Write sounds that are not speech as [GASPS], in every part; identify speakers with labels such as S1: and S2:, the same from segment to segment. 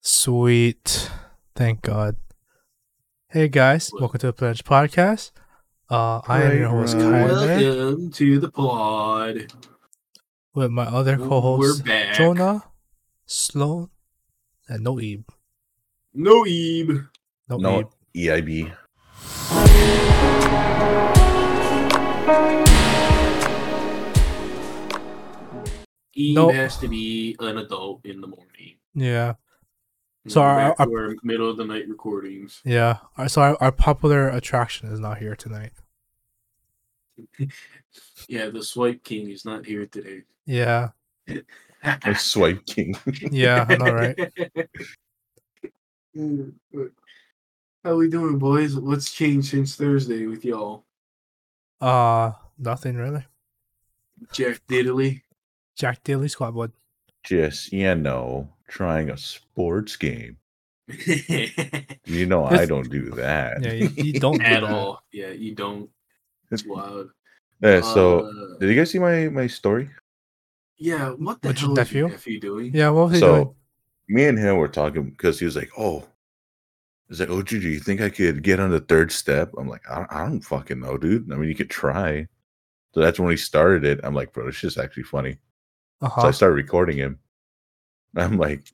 S1: Sweet. Thank God. Hey guys, welcome to the Pledge Podcast. Uh, I am your host
S2: Right, right.
S1: Kyler
S3: Welcome to the pod.
S1: with my other
S3: We're
S1: co-hosts
S3: back.
S1: Jonah, Sloan, Uh, and Noeb.
S3: Noeb.
S1: Noeb.
S2: No,
S1: [LAUGHS]
S2: EIB.
S3: Eve
S1: Nope.
S3: has to be an adult in the morning.
S1: Yeah, So our-
S3: Back
S1: our-
S3: to our middle of the night recordings.
S1: yeah. Our- So our, our popular attraction is not here tonight.
S3: Yeah, the swipe king is not here today.
S1: Yeah,
S2: The Swipe King.
S1: yeah. I know, right?
S3: [LAUGHS] How we doing, boys? What's changed since Thursday with y'all?
S1: Uh, nothing really.
S3: Jack Diddley. [LAUGHS]
S1: Jack Daly squad would.
S2: [LAUGHS] Just, you know, trying a sports game. You know, I
S1: That's-
S2: don't do that.
S1: Yeah, you, you don't do
S3: At
S1: that.
S3: all. Yeah, you don't. It's wild.
S2: [LAUGHS] Yeah, so,
S3: Uh,
S2: did you guys see my, my story?
S3: yeah, what the
S1: What's your
S3: hell is
S1: nephew?
S3: your nephew doing?
S1: Yeah, what was he
S2: So, me and him were talking because he was like, oh, he's like, oh, Gigi, you think I could get on the third step? I'm like, I don't, I don't fucking know, dude. I mean, you could try. So that's when he started it. I'm like, bro, this is actually funny.
S1: doing? Uh
S2: So I
S1: huh.
S2: started recording him. I'm like,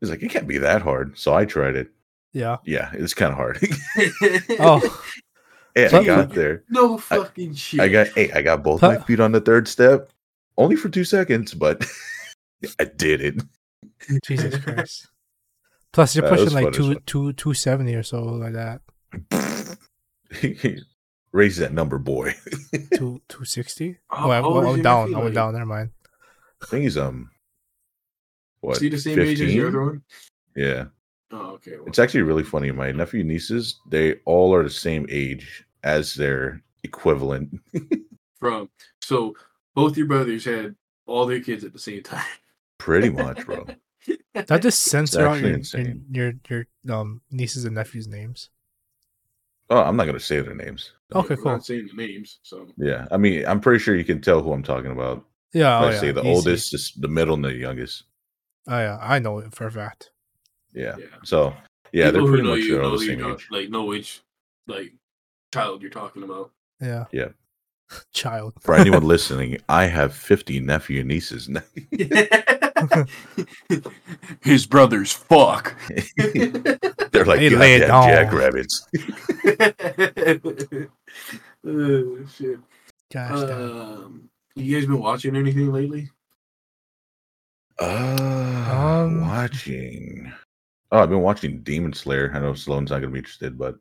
S2: he's like, it can't be that hard. So I tried it.
S1: Yeah.
S2: Yeah, it's kind of hard. [LAUGHS]
S1: Oh,
S2: yeah,
S1: So-
S2: I got there.
S3: [LAUGHS] no fucking shit.
S2: I got hey, I got both my
S1: Huh?
S2: feet on the third step, only for two seconds, but [LAUGHS] I did it.
S1: Jesus Christ. Plus, you're
S2: Uh, it was
S1: pushing like
S2: fun, it was
S1: two, two, two seventy or so like
S3: [LAUGHS]
S1: that.
S2: [LAUGHS] Raise that number, boy.
S1: Two, two sixty.
S3: How-
S1: Oh, I,
S3: how old
S1: oh,
S3: is
S1: I'm
S3: your
S1: down.
S3: nephew,
S1: I went
S3: like?
S1: down. Never mind.
S2: I think he's um, what?
S3: Is he the same age as your
S2: 15?
S3: other one?
S2: Yeah,
S3: Oh, okay. well,
S2: it's actually really funny. My nephew and nieces, they all are the same age as their equivalent.
S3: from so both your brothers had all their kids at the same time. [LAUGHS]
S2: Pretty much, bro.
S1: That just censor out
S2: actually
S1: your, your
S2: insane.
S1: your your um nieces and nephews' names.
S2: Oh, I'm not gonna say their names.
S1: Okay,
S3: We're
S1: cool.
S3: not saying the names, so
S2: Yeah, I mean, I'm pretty sure you can tell who I'm talking about.
S1: Yeah. Oh,
S2: I
S1: yeah.
S2: say the
S1: easy.
S2: oldest, just the middle, and the youngest.
S1: Oh yeah, I know it for a fact.
S2: Yeah.
S3: yeah.
S2: So yeah,
S3: People
S2: they're
S3: who
S2: pretty
S3: know
S2: much
S3: you
S2: all
S3: know
S2: the
S3: you
S2: same
S3: know-
S2: age.
S3: like know which like child you're talking
S2: [LAUGHS]
S3: about. [LAUGHS]
S1: Yeah.
S2: Yeah.
S1: [LAUGHS] Child.
S2: For anyone listening, I have 50 nephew and nieces. [LAUGHS] now.
S3: His brothers
S2: [LAUGHS]
S3: fuck. [LAUGHS]
S2: They're like
S1: They
S2: goddamn
S1: lay it down."
S3: [LAUGHS]
S2: jackrabbits.
S3: oh, shit.
S1: Gosh. damn.
S3: Um, you guys been watching anything lately?
S2: Uh,
S1: Um,
S2: Oh, watching. Oh, I've been watching Demon Slayer. I know Sloan's not gonna be interested, but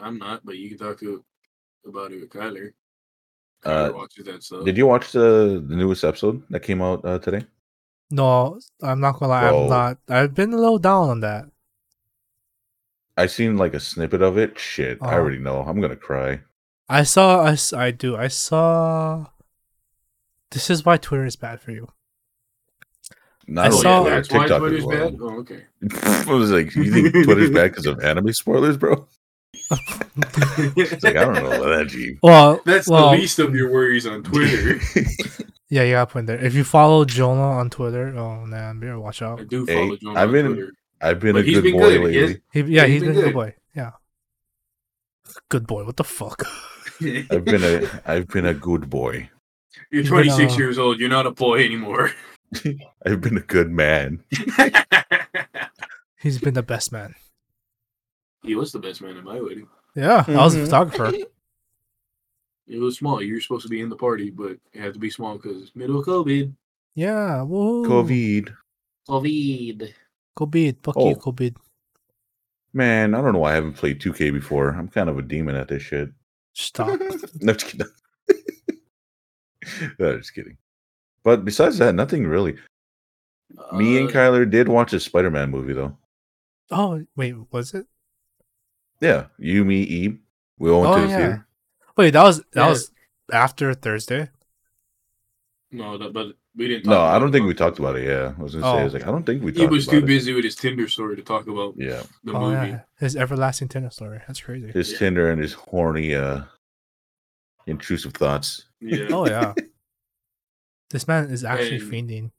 S3: I'm not, but you can talk to about it with Kyler. Kyler
S2: Uh,
S3: watches that stuff.
S2: did you watch the the newest episode that came out uh, today?
S1: No, I'm not gonna lie.
S2: Bro.
S1: I'm not. I've been a little down on that.
S2: I seen like a snippet of it. Shit, I
S1: Uh-huh.
S3: Oh.
S2: already know. I'm gonna cry.
S1: I saw. I, s- I do. I saw. This is why Twitter is bad for you. [LAUGHS]
S2: Not
S1: I
S2: only
S1: saw-
S2: Twitter,
S3: that's why
S2: TikTok
S3: Twitter's
S2: as well.
S3: bad. Oh, okay.
S2: [LAUGHS] I was like, you think Twitter's bad
S3: [LAUGHS]
S2: because of anime spoilers, bro? It's like I don't know about that, G.
S1: Well,
S3: [LAUGHS] That's
S1: well,
S3: the least of your worries on Twitter.
S1: Yeah, you got a point there. If you follow Jonah on Twitter, oh man, better watch
S3: I
S1: out.
S3: do
S2: Hey,
S3: follow John
S2: I've
S3: on
S2: been-
S3: Twitter.
S2: [LAUGHS] I've been
S3: But
S2: a
S3: he's
S2: good
S3: been
S2: boy
S3: good, he
S2: lately.
S3: is- [LAUGHS]
S1: He, yeah,
S3: Yeah,
S1: he's
S3: he's
S1: been a
S3: been
S1: good
S3: good.
S1: boy. Yeah, good boy. What the fuck? [LAUGHS]
S3: [LAUGHS]
S2: I've been a I've been a good boy.
S3: You're
S1: He's been,
S3: 26
S1: uh,
S3: years old. You're not a boy
S2: [LAUGHS]
S3: anymore. [LAUGHS]
S2: I've been a good man.
S1: He's been the best man.
S3: he was the best man in my wedding.
S1: Yeah, I was a
S2: Mhm.
S1: photographer.
S3: [LAUGHS] It was small. You're supposed to be in the party, but it had to be small because it's middle of COVID.
S1: Yeah, woo.
S2: COVID.
S3: COVID.
S1: Covid, fuck you,
S2: Oh.
S1: Covid.
S2: Man, I don't know why I haven't played 2K before. I'm kind of a demon at this shit. [LAUGHS]
S1: Stop.
S2: No, just kidding. [LAUGHS] No, just kidding. But besides that, nothing really. Me and
S3: Uh,
S2: Kyler did watch a Spider-Man movie though.
S1: oh wait, was it?
S2: Yeah, you, me, Eve. We all went
S1: Oh,
S2: to the
S1: yeah.
S2: theater.
S1: Wait, that was that
S3: Yeah.
S1: was after Thursday.
S3: No, that, but we didn't.
S2: No,
S3: talk
S2: I
S3: about
S2: don't
S3: it.
S2: think we talked about it. Yeah, I was gonna say, I was
S1: Oh.
S2: like, I don't think we.
S3: He
S2: talked
S3: was
S2: about
S3: too
S2: it.
S3: busy with his Tinder story to talk about
S2: Yeah,
S3: the
S1: oh
S3: movie.
S1: yeah, his everlasting tennis story. That's crazy.
S2: his
S3: Yeah.
S2: Tinder and his horny, uh intrusive thoughts.
S3: Yeah.
S1: Oh yeah, this man is actually
S3: And-
S1: fiending.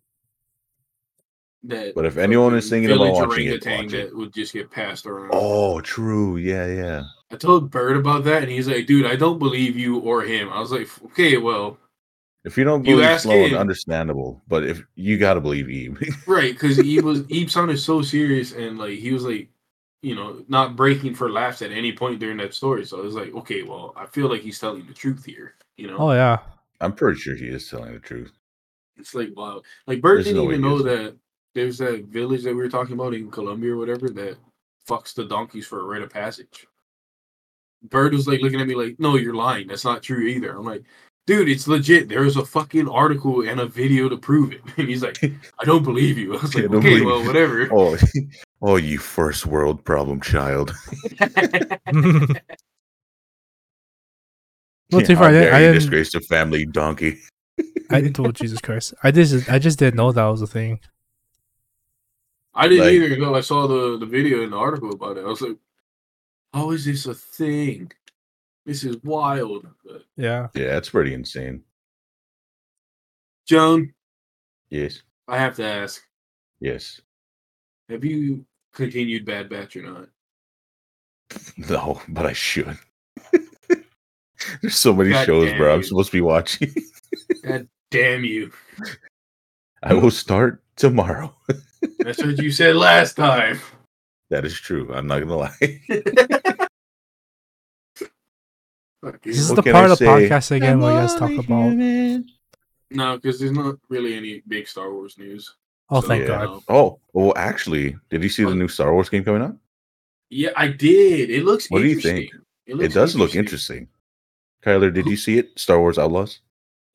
S3: That
S2: But if anyone is
S3: fucking
S2: thinking about
S3: village
S2: watching it,
S3: orangutan
S2: watch
S3: that
S2: it.
S3: would just get passed around.
S2: Oh, true. Yeah, yeah.
S3: I told Bird about that, and he's like, "Dude, I don't believe you or him." I was like, "Okay, well,
S2: If you don't
S3: You
S2: believe
S3: ask
S2: Sloan,
S3: him.
S2: understandable. But if you gotta believe Eve, [LAUGHS]
S3: Right, because he was Eve sounded so serious and like he was like, you know, not breaking for laughs at any point during that story. So I was like, okay, well, I feel like he's telling the truth here. You know,
S1: Oh yeah. [LAUGHS]
S2: I'm pretty sure he is telling the truth.
S3: it's like wow, like Bert
S2: There's
S3: didn't
S2: no way
S3: even
S2: he
S3: know
S2: isn't.
S3: that there's that village that we were talking about in Colombia or whatever that fucks the donkeys for a rite of passage. Bird was like looking at me like, no, you're lying. That's not true either. I'm like, dude, it's legit. There's a fucking article and a video to prove it. [LAUGHS] And
S2: [LAUGHS]
S3: he's like, I don't believe you. [LAUGHS] I was
S2: Yeah,
S3: like,
S2: don't
S3: okay,
S2: believe
S3: well,
S2: you."
S3: whatever.
S2: [LAUGHS] Oh, [LAUGHS] oh, you first world
S1: [LAUGHS]
S2: problem child. Oh.
S1: Not
S2: How
S1: too far. I didn't,
S2: dare
S1: I
S2: you
S1: didn't.
S2: disgrace the family donkey. [LAUGHS]
S1: I didn't. Oh, Jesus Christ! I just. I just didn't know that was a thing.
S3: [LAUGHS] I didn't
S2: Like-
S3: either until I saw the, the video and the article about it. I was like, how is this a thing? This is wild. But
S1: Yeah.
S2: Yeah, that's pretty insane.
S3: Joan,
S2: Yes,
S3: I have to ask
S2: yes. [LAUGHS]
S3: have you continued Bad Batch or not?
S2: No, but I should. [LAUGHS] There's so many
S3: God
S2: shows,
S3: damn
S2: bro. I'm
S3: you.
S2: supposed to be watching. [LAUGHS]
S3: Damn you.
S2: I will start tomorrow. [LAUGHS]
S3: That's what you said last time.
S2: That is true. I'm not gonna [LAUGHS] lie.
S3: Fuck
S1: This is
S3: you.
S2: What
S1: the
S2: can I
S1: part of the
S2: say?
S1: podcast again where you guys talk about.
S3: No, because there's not really any big Star Wars news.
S1: Oh,
S3: So,
S1: thank
S2: yeah.
S1: God.
S2: Oh, well, actually, did you see the new Star Wars game coming out?
S3: Yeah, I did. It looks
S2: What do you
S3: interesting.
S2: think?
S3: looks
S2: it does look interesting. Kyler, did you see it? Star Wars Outlaws?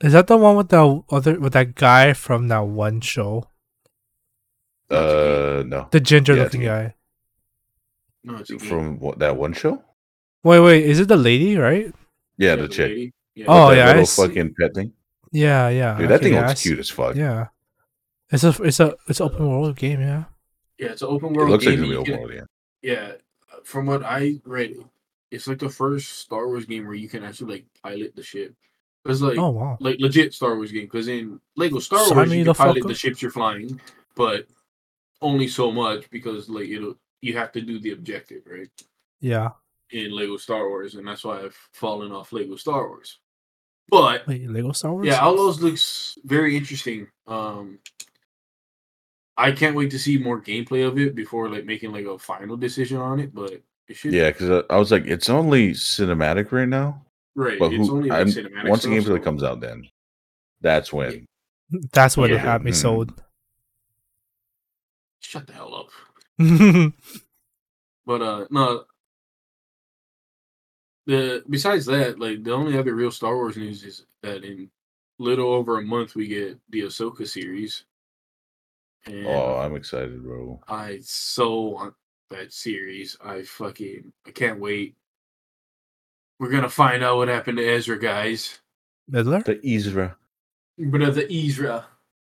S1: Is that the one with the other with that guy from that one show,
S3: Not the
S2: Uh, no.
S1: the ginger
S2: Yeah, I
S1: looking
S2: think
S1: guy?
S3: No, it's a game.
S2: From what that one show?
S1: Wait, wait. Is it the lady? Right?
S2: Yeah,
S3: Yeah,
S2: the
S3: the
S2: chick.
S3: lady. Yeah.
S1: Oh,
S2: That
S1: yeah, I
S2: little
S1: see.
S2: fucking pet thing.
S1: Yeah. Yeah.
S2: Dude, that
S1: okay,
S2: thing
S1: yeah, I
S2: looks
S1: see-
S2: cute as fuck.
S1: Yeah. It's a. It's a. It's an open world game. Yeah.
S3: yeah, it's an open
S2: It
S3: world.
S2: looks like
S3: game
S2: it's
S3: that
S2: gonna be
S3: you
S2: open
S3: can-
S2: world, yeah.
S3: Yeah, uh, from what I read, it's like the first Star Wars game where you can actually like pilot the ship. It's like
S1: Oh wow.
S3: like legit Star Wars game because in Lego Star
S1: Sign
S3: Wars
S1: me
S3: you
S1: the
S3: can
S1: fuck
S3: pilot the
S1: up.
S3: ships you're flying, but only so much because like it'll you have to do the objective right
S1: Yeah.
S3: in Lego Star Wars, and that's why I've fallen off Lego Star Wars. But
S1: Wait, Lego Star Wars.
S3: yeah, Outlaws looks very interesting. Um, I can't wait to see more gameplay of it before like making like a final decision on it. But it should
S2: Yeah, because I, I was like, it's only cinematic right now.
S3: right.
S2: But
S3: it's
S2: who,
S3: only like
S2: I'm,
S3: cinematic.
S2: once the
S3: stuff,
S2: gameplay
S3: so-
S2: comes out, then that's when.
S1: That's what it
S3: Yeah.
S1: had me
S2: Mhm.
S1: sold. [LAUGHS]
S3: shut the hell up.
S1: yeah.
S3: But uh, no. The besides that, like the only other real Star Wars news is that in little over a month we get the Ahsoka series. And
S2: Oh, I'm excited, bro.
S3: I so want that series. I fucking I can't wait. We're gonna find out what happened to Ezra, guys.
S1: Miller.
S2: The Ezra.
S3: But of the Ezra,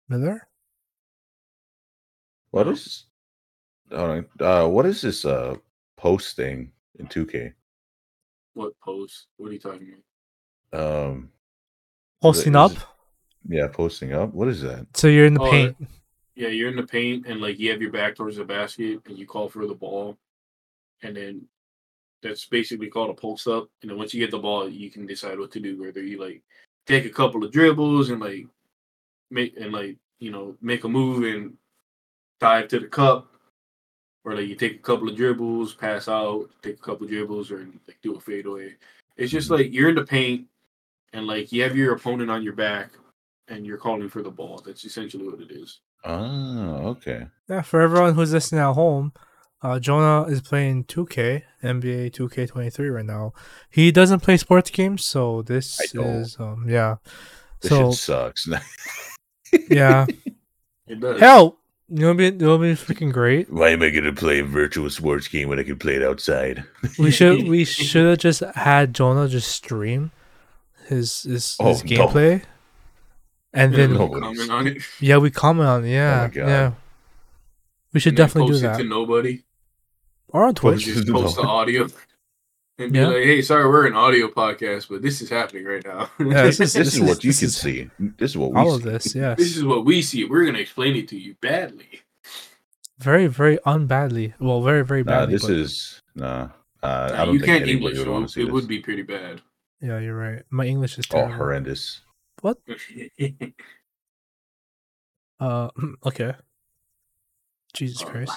S1: Miller.
S2: What is? Hold on. Uh, what is this uh post thing in 2K?
S3: what post? What are you talking about?
S2: Um,
S1: Posting
S2: is
S1: up.
S2: it- yeah, posting up. What is that?
S1: So you're in the
S3: Oh,
S1: paint.
S3: Yeah, you're in the paint and like you have your back towards the basket and you call for the ball, and then that's basically called a post up. And then once you get the ball, you can decide what to do. Whether you like take a couple of dribbles and like make and like you know make a move and dive to the cup, or like you take a couple of dribbles, pass out, take a couple of dribbles, or like do a fadeaway. It's just like you're in the paint and like you have your opponent on your back and you're calling for the ball. That's essentially what it is.
S2: Oh, okay.
S1: Yeah, for everyone who's listening at home, uh, Jonah is playing 2K, NBA 2K23 right now. He doesn't play sports games, so this
S2: I don't.
S1: is um, yeah.
S2: This
S1: So
S2: shit sucks. [LAUGHS]
S1: yeah,
S3: It does.
S1: hell, it'll be it'll be freaking great.
S2: Why am I gonna play a virtual sports game when I can play it outside?
S1: We
S2: [LAUGHS]
S1: should we should have just had Jonah just stream his his,
S2: Oh,
S1: his
S2: no.
S1: gameplay, and then
S2: No. Oh
S3: comment on it.
S1: yeah, we comment on it, yeah
S2: God.
S1: yeah. We should
S3: and then
S1: definitely do
S3: post it
S1: that
S3: to nobody.
S1: or on Twitch.
S2: Just [LAUGHS]
S3: Just
S2: do
S3: post the
S2: that.
S3: audio. And be
S1: Yeah.
S3: like, hey, sorry, we're an audio podcast, but this is happening right now. [LAUGHS]
S1: Yeah, this is-
S2: This is what
S1: [LAUGHS]
S2: you
S1: this
S2: can
S1: is-
S2: see. This is what we
S1: All of
S2: [LAUGHS] see.
S1: this, yes.
S3: this is what we see. We're gonna explain it to you badly.
S1: very, very unbadly. Well, very, very
S2: Nah,
S1: badly.
S2: this
S1: but-
S2: is nah. Uh, I
S3: Uh,
S2: don't
S3: you
S2: think
S3: can't
S2: anybody
S3: English,
S2: would
S3: so
S2: want
S3: it
S2: to see this.
S3: would be pretty bad.
S1: Yeah, you're right. My English is
S2: oh,
S1: terrible.
S2: horrendous. [LAUGHS]
S1: Uh, [CLEARS THROAT] okay. Jesus
S3: Oh. [LAUGHS]
S1: Christ.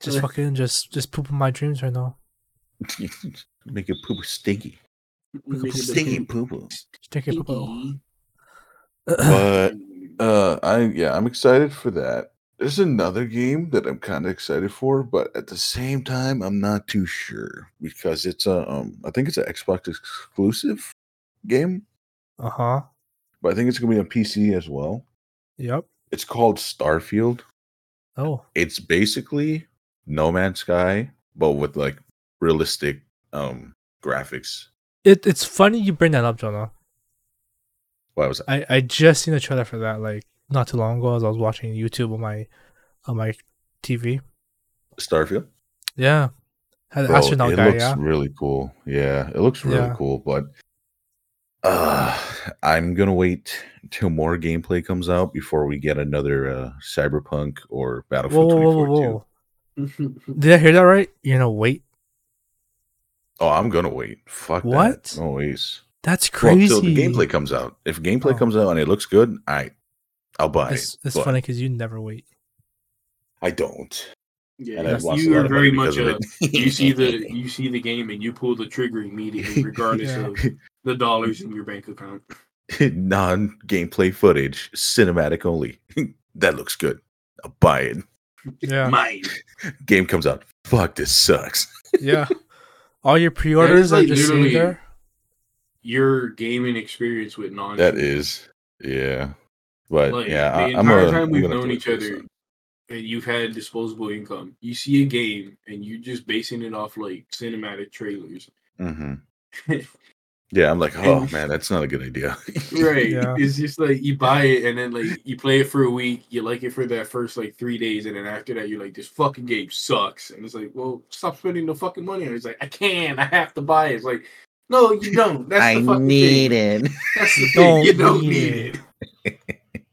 S1: Just fucking just just pooping my dreams right now.
S2: Make it poop stinky.
S3: Make it
S2: Stinky
S3: look
S2: poo.
S1: Stick it. [CLEARS THROAT]
S3: [LAUGHS]
S1: poo-poo.
S3: stinky.
S2: But
S1: [CLEARS THROAT]
S2: uh, I yeah, I'm excited for that. There's another game that I'm kind of excited for, but at the same time, I'm not too sure because it's a um, I think it's an Xbox exclusive game,
S1: Uh huh.
S2: but I think it's gonna be on PC as well.
S1: Yep.
S2: It's called Starfield.
S1: Oh.
S2: it's basically No Man's Sky, but with like realistic um graphics.
S1: It it's funny you bring that up, Jonah.
S2: Why was that?
S1: I I just seen a trailer for that like not too long ago as I was watching YouTube on my on my TV.
S2: Starfield?
S1: Yeah. Had an
S2: Bro,
S1: astronaut
S2: it
S1: guy,
S2: looks
S1: yeah.
S2: really cool. Yeah, it looks really
S1: Yeah.
S2: cool, but uh I'm gonna wait till more gameplay comes out before we get another uh cyberpunk or
S1: Whoa,
S2: battlefield
S1: whoa, whoa,
S2: 2042.
S1: whoa, whoa. Did I hear that right? You know, wait.
S2: Oh, I'm gonna wait. Fuck that.
S1: What?
S2: No ways.
S1: That's
S2: Well,
S1: crazy.
S2: till the gameplay comes out. If
S1: Oh.
S2: gameplay comes out and it looks good, I I'll buy
S1: It's,
S2: it.
S1: it's
S2: but
S1: funny because you never wait.
S2: I don't.
S3: [LAUGHS] Yeah,
S2: and
S1: I that's-
S2: I've
S3: you-
S2: lost a
S3: you
S2: lot
S3: are
S2: of
S3: very
S2: money
S3: much
S2: because
S3: a.
S2: of it.
S3: You see
S2: [LAUGHS]
S3: the you see the game and you pull the trigger immediately, regardless
S1: Yeah.
S3: of the dollars in your bank account.
S2: non gameplay footage, cinematic only. [LAUGHS] that looks good. I'll buy it.
S1: Yeah.
S3: Mine.
S2: Game comes out. Fuck,
S3: [LAUGHS]
S2: this sucks.
S1: yeah. All your pre orders are
S3: like,
S1: just sitting
S3: literally-
S1: there.
S3: Your gaming experience with non.
S2: That is, yeah. But
S3: Like,
S2: yeah,
S3: the
S2: I, I'm
S3: entire
S2: a-
S3: time
S2: I'm
S3: we've
S2: gonna
S3: known
S2: wait
S3: each
S2: for this
S3: other,
S2: one.
S3: and you've had disposable income. You see a game and you're just basing it off like cinematic trailers. [LAUGHS]
S2: Mhm. Yeah, I'm like, oh
S3: And-
S2: man, that's not a
S3: [LAUGHS]
S2: good idea.
S3: Right.
S1: Yeah.
S3: It's just like you buy it and then like you play it for a week, you like it for that first like three days, and then after that you're like, this fucking game sucks. And it's like, well, stop spending the fucking money. And it's like, I can, I have to buy it. It's like, no, you don't. That's the fucking thing.
S2: [LAUGHS] it.
S3: That's
S1: [LAUGHS]
S3: the
S1: Don't
S3: thing. You don't
S1: need
S3: need
S1: it.
S3: it.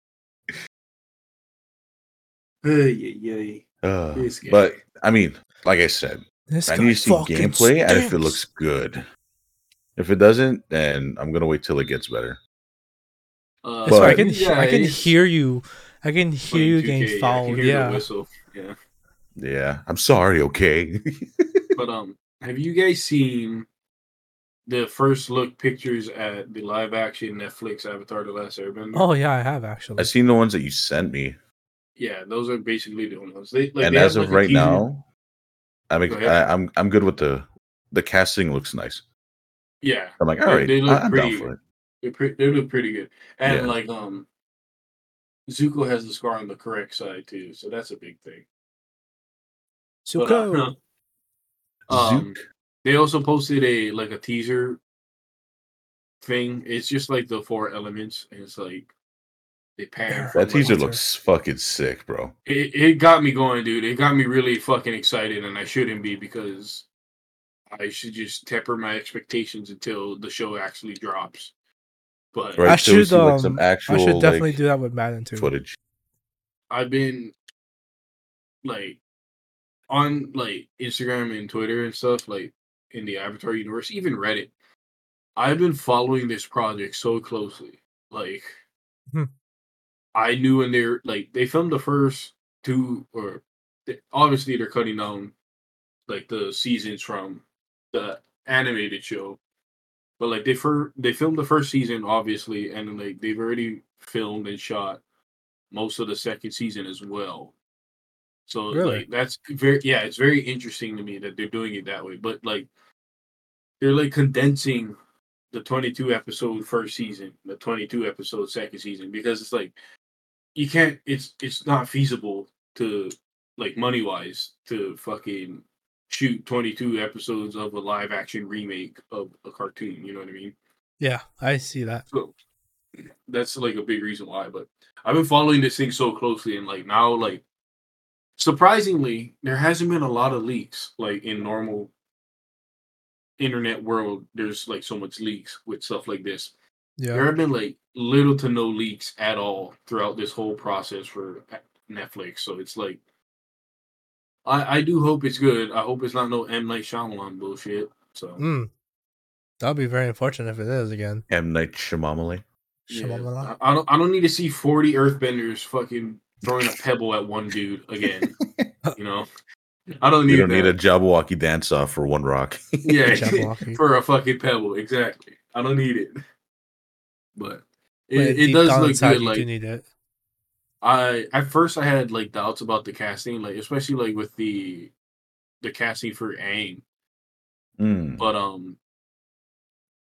S3: Ay, ay, ay. This guy.
S2: but Uh, I mean, like I said,
S1: This
S2: I
S1: guy
S2: need to see
S1: fucking
S2: gameplay and if it
S1: stinks.
S2: looks good. If it doesn't, then I'm gonna wait till it gets better.
S3: Uh,
S1: That's why I
S2: But-
S1: can
S3: yeah,
S1: I can
S3: it's
S1: hear you. I can hear you
S3: 22K, yeah, I
S1: getting
S3: can
S1: fouled.
S3: hear the
S1: Yeah.
S3: whistle. Yeah.
S2: Yeah, I'm sorry. Okay. [LAUGHS]
S3: But um, have you guys seen the first look pictures at the live action Netflix Avatar: The Last Airbender?
S1: Oh yeah, I have actually.
S2: I've seen the ones that you sent me,
S3: Yeah, those are basically the only ones. They, like,
S2: and
S3: they
S2: as
S3: have,
S2: of
S3: like, a
S2: right
S3: teaser-
S2: now, I'm ex-
S3: Go ahead.
S2: I, I'm I'm good with the the casting. Looks nice.
S3: yeah,
S2: I'm like,
S3: They-
S2: all right,
S3: they look
S2: I, am down
S3: pretty.
S2: for it.
S3: they pre- they look pretty good. And
S2: Yeah.
S3: like um, Zuko has the scar on the correct side too, so that's a big thing. But, uh,
S2: [LAUGHS]
S1: Zuko.
S3: [LAUGHS] um,
S2: Zook.
S3: they also posted a like a teaser thing. It's just like the four elements, and it's like they pan. from,
S2: That
S3: like,
S2: teaser
S1: Hunter.
S2: looks fucking sick, bro.
S3: it, it got me going, dude. It got me really fucking excited, and I shouldn't be because I should just temper my expectations until the show actually drops. But
S2: Right,
S1: I
S2: so we
S1: should,
S2: see, like,
S1: um,
S2: some
S1: I
S2: actual
S1: should definitely
S2: like,
S1: do that with Madden too.
S2: footage.
S3: I've been like on like Instagram and Twitter and stuff, like in the Avatar universe, even Reddit. I've been following this project so closely. Like,
S1: Hmm.
S3: I knew when they're like they filmed the first two, or they, obviously they're cutting down like the seasons from the animated show, but like they fir- they filmed the first season obviously, and like they've already filmed and shot most of the second season as well. So
S1: Really?
S3: like that's very yeah, it's very interesting to me that they're doing it that way. But like they're like condensing the 22 episode first season, the 22 episode second season because it's like you can't it's it's not feasible to like money wise to fucking shoot 22 episodes of a live action remake of a cartoon, you know what I mean?
S1: Yeah, I see that.
S3: So that's like a big reason why. But I've been following this thing so closely, and like now, like surprisingly, there hasn't been a lot of leaks. Like in normal internet world, there's like so much leaks with stuff like this.
S1: Yeah.
S3: There have been like little to no leaks at all throughout this whole process for Netflix, so it's like I I do hope it's good. I hope it's not no M Night Shyamalan bullshit. So
S1: Mm. That'll be very unfortunate if it is again.
S2: M Night Shyamalan.
S3: yeah. uh,
S1: Shyamalan.
S3: I, I don't I don't need to see forty Earthbenders fucking throwing a pebble at one dude
S1: [LAUGHS]
S3: again. you know, I don't need
S2: You don't need a
S3: that.
S2: Jabberwocky dance off for one rock. [LAUGHS]
S3: [LAUGHS] yeah
S1: Jabberwocky.
S3: for a fucking pebble exactly. I don't need it, but
S1: But
S3: it, it
S1: deep
S3: does
S1: down
S3: look
S1: inside,
S3: good.
S1: you
S3: Like
S1: do need it.
S3: I at first I had like doubts about the casting, like especially like with the the casting for Aang.
S2: Mm.
S3: But um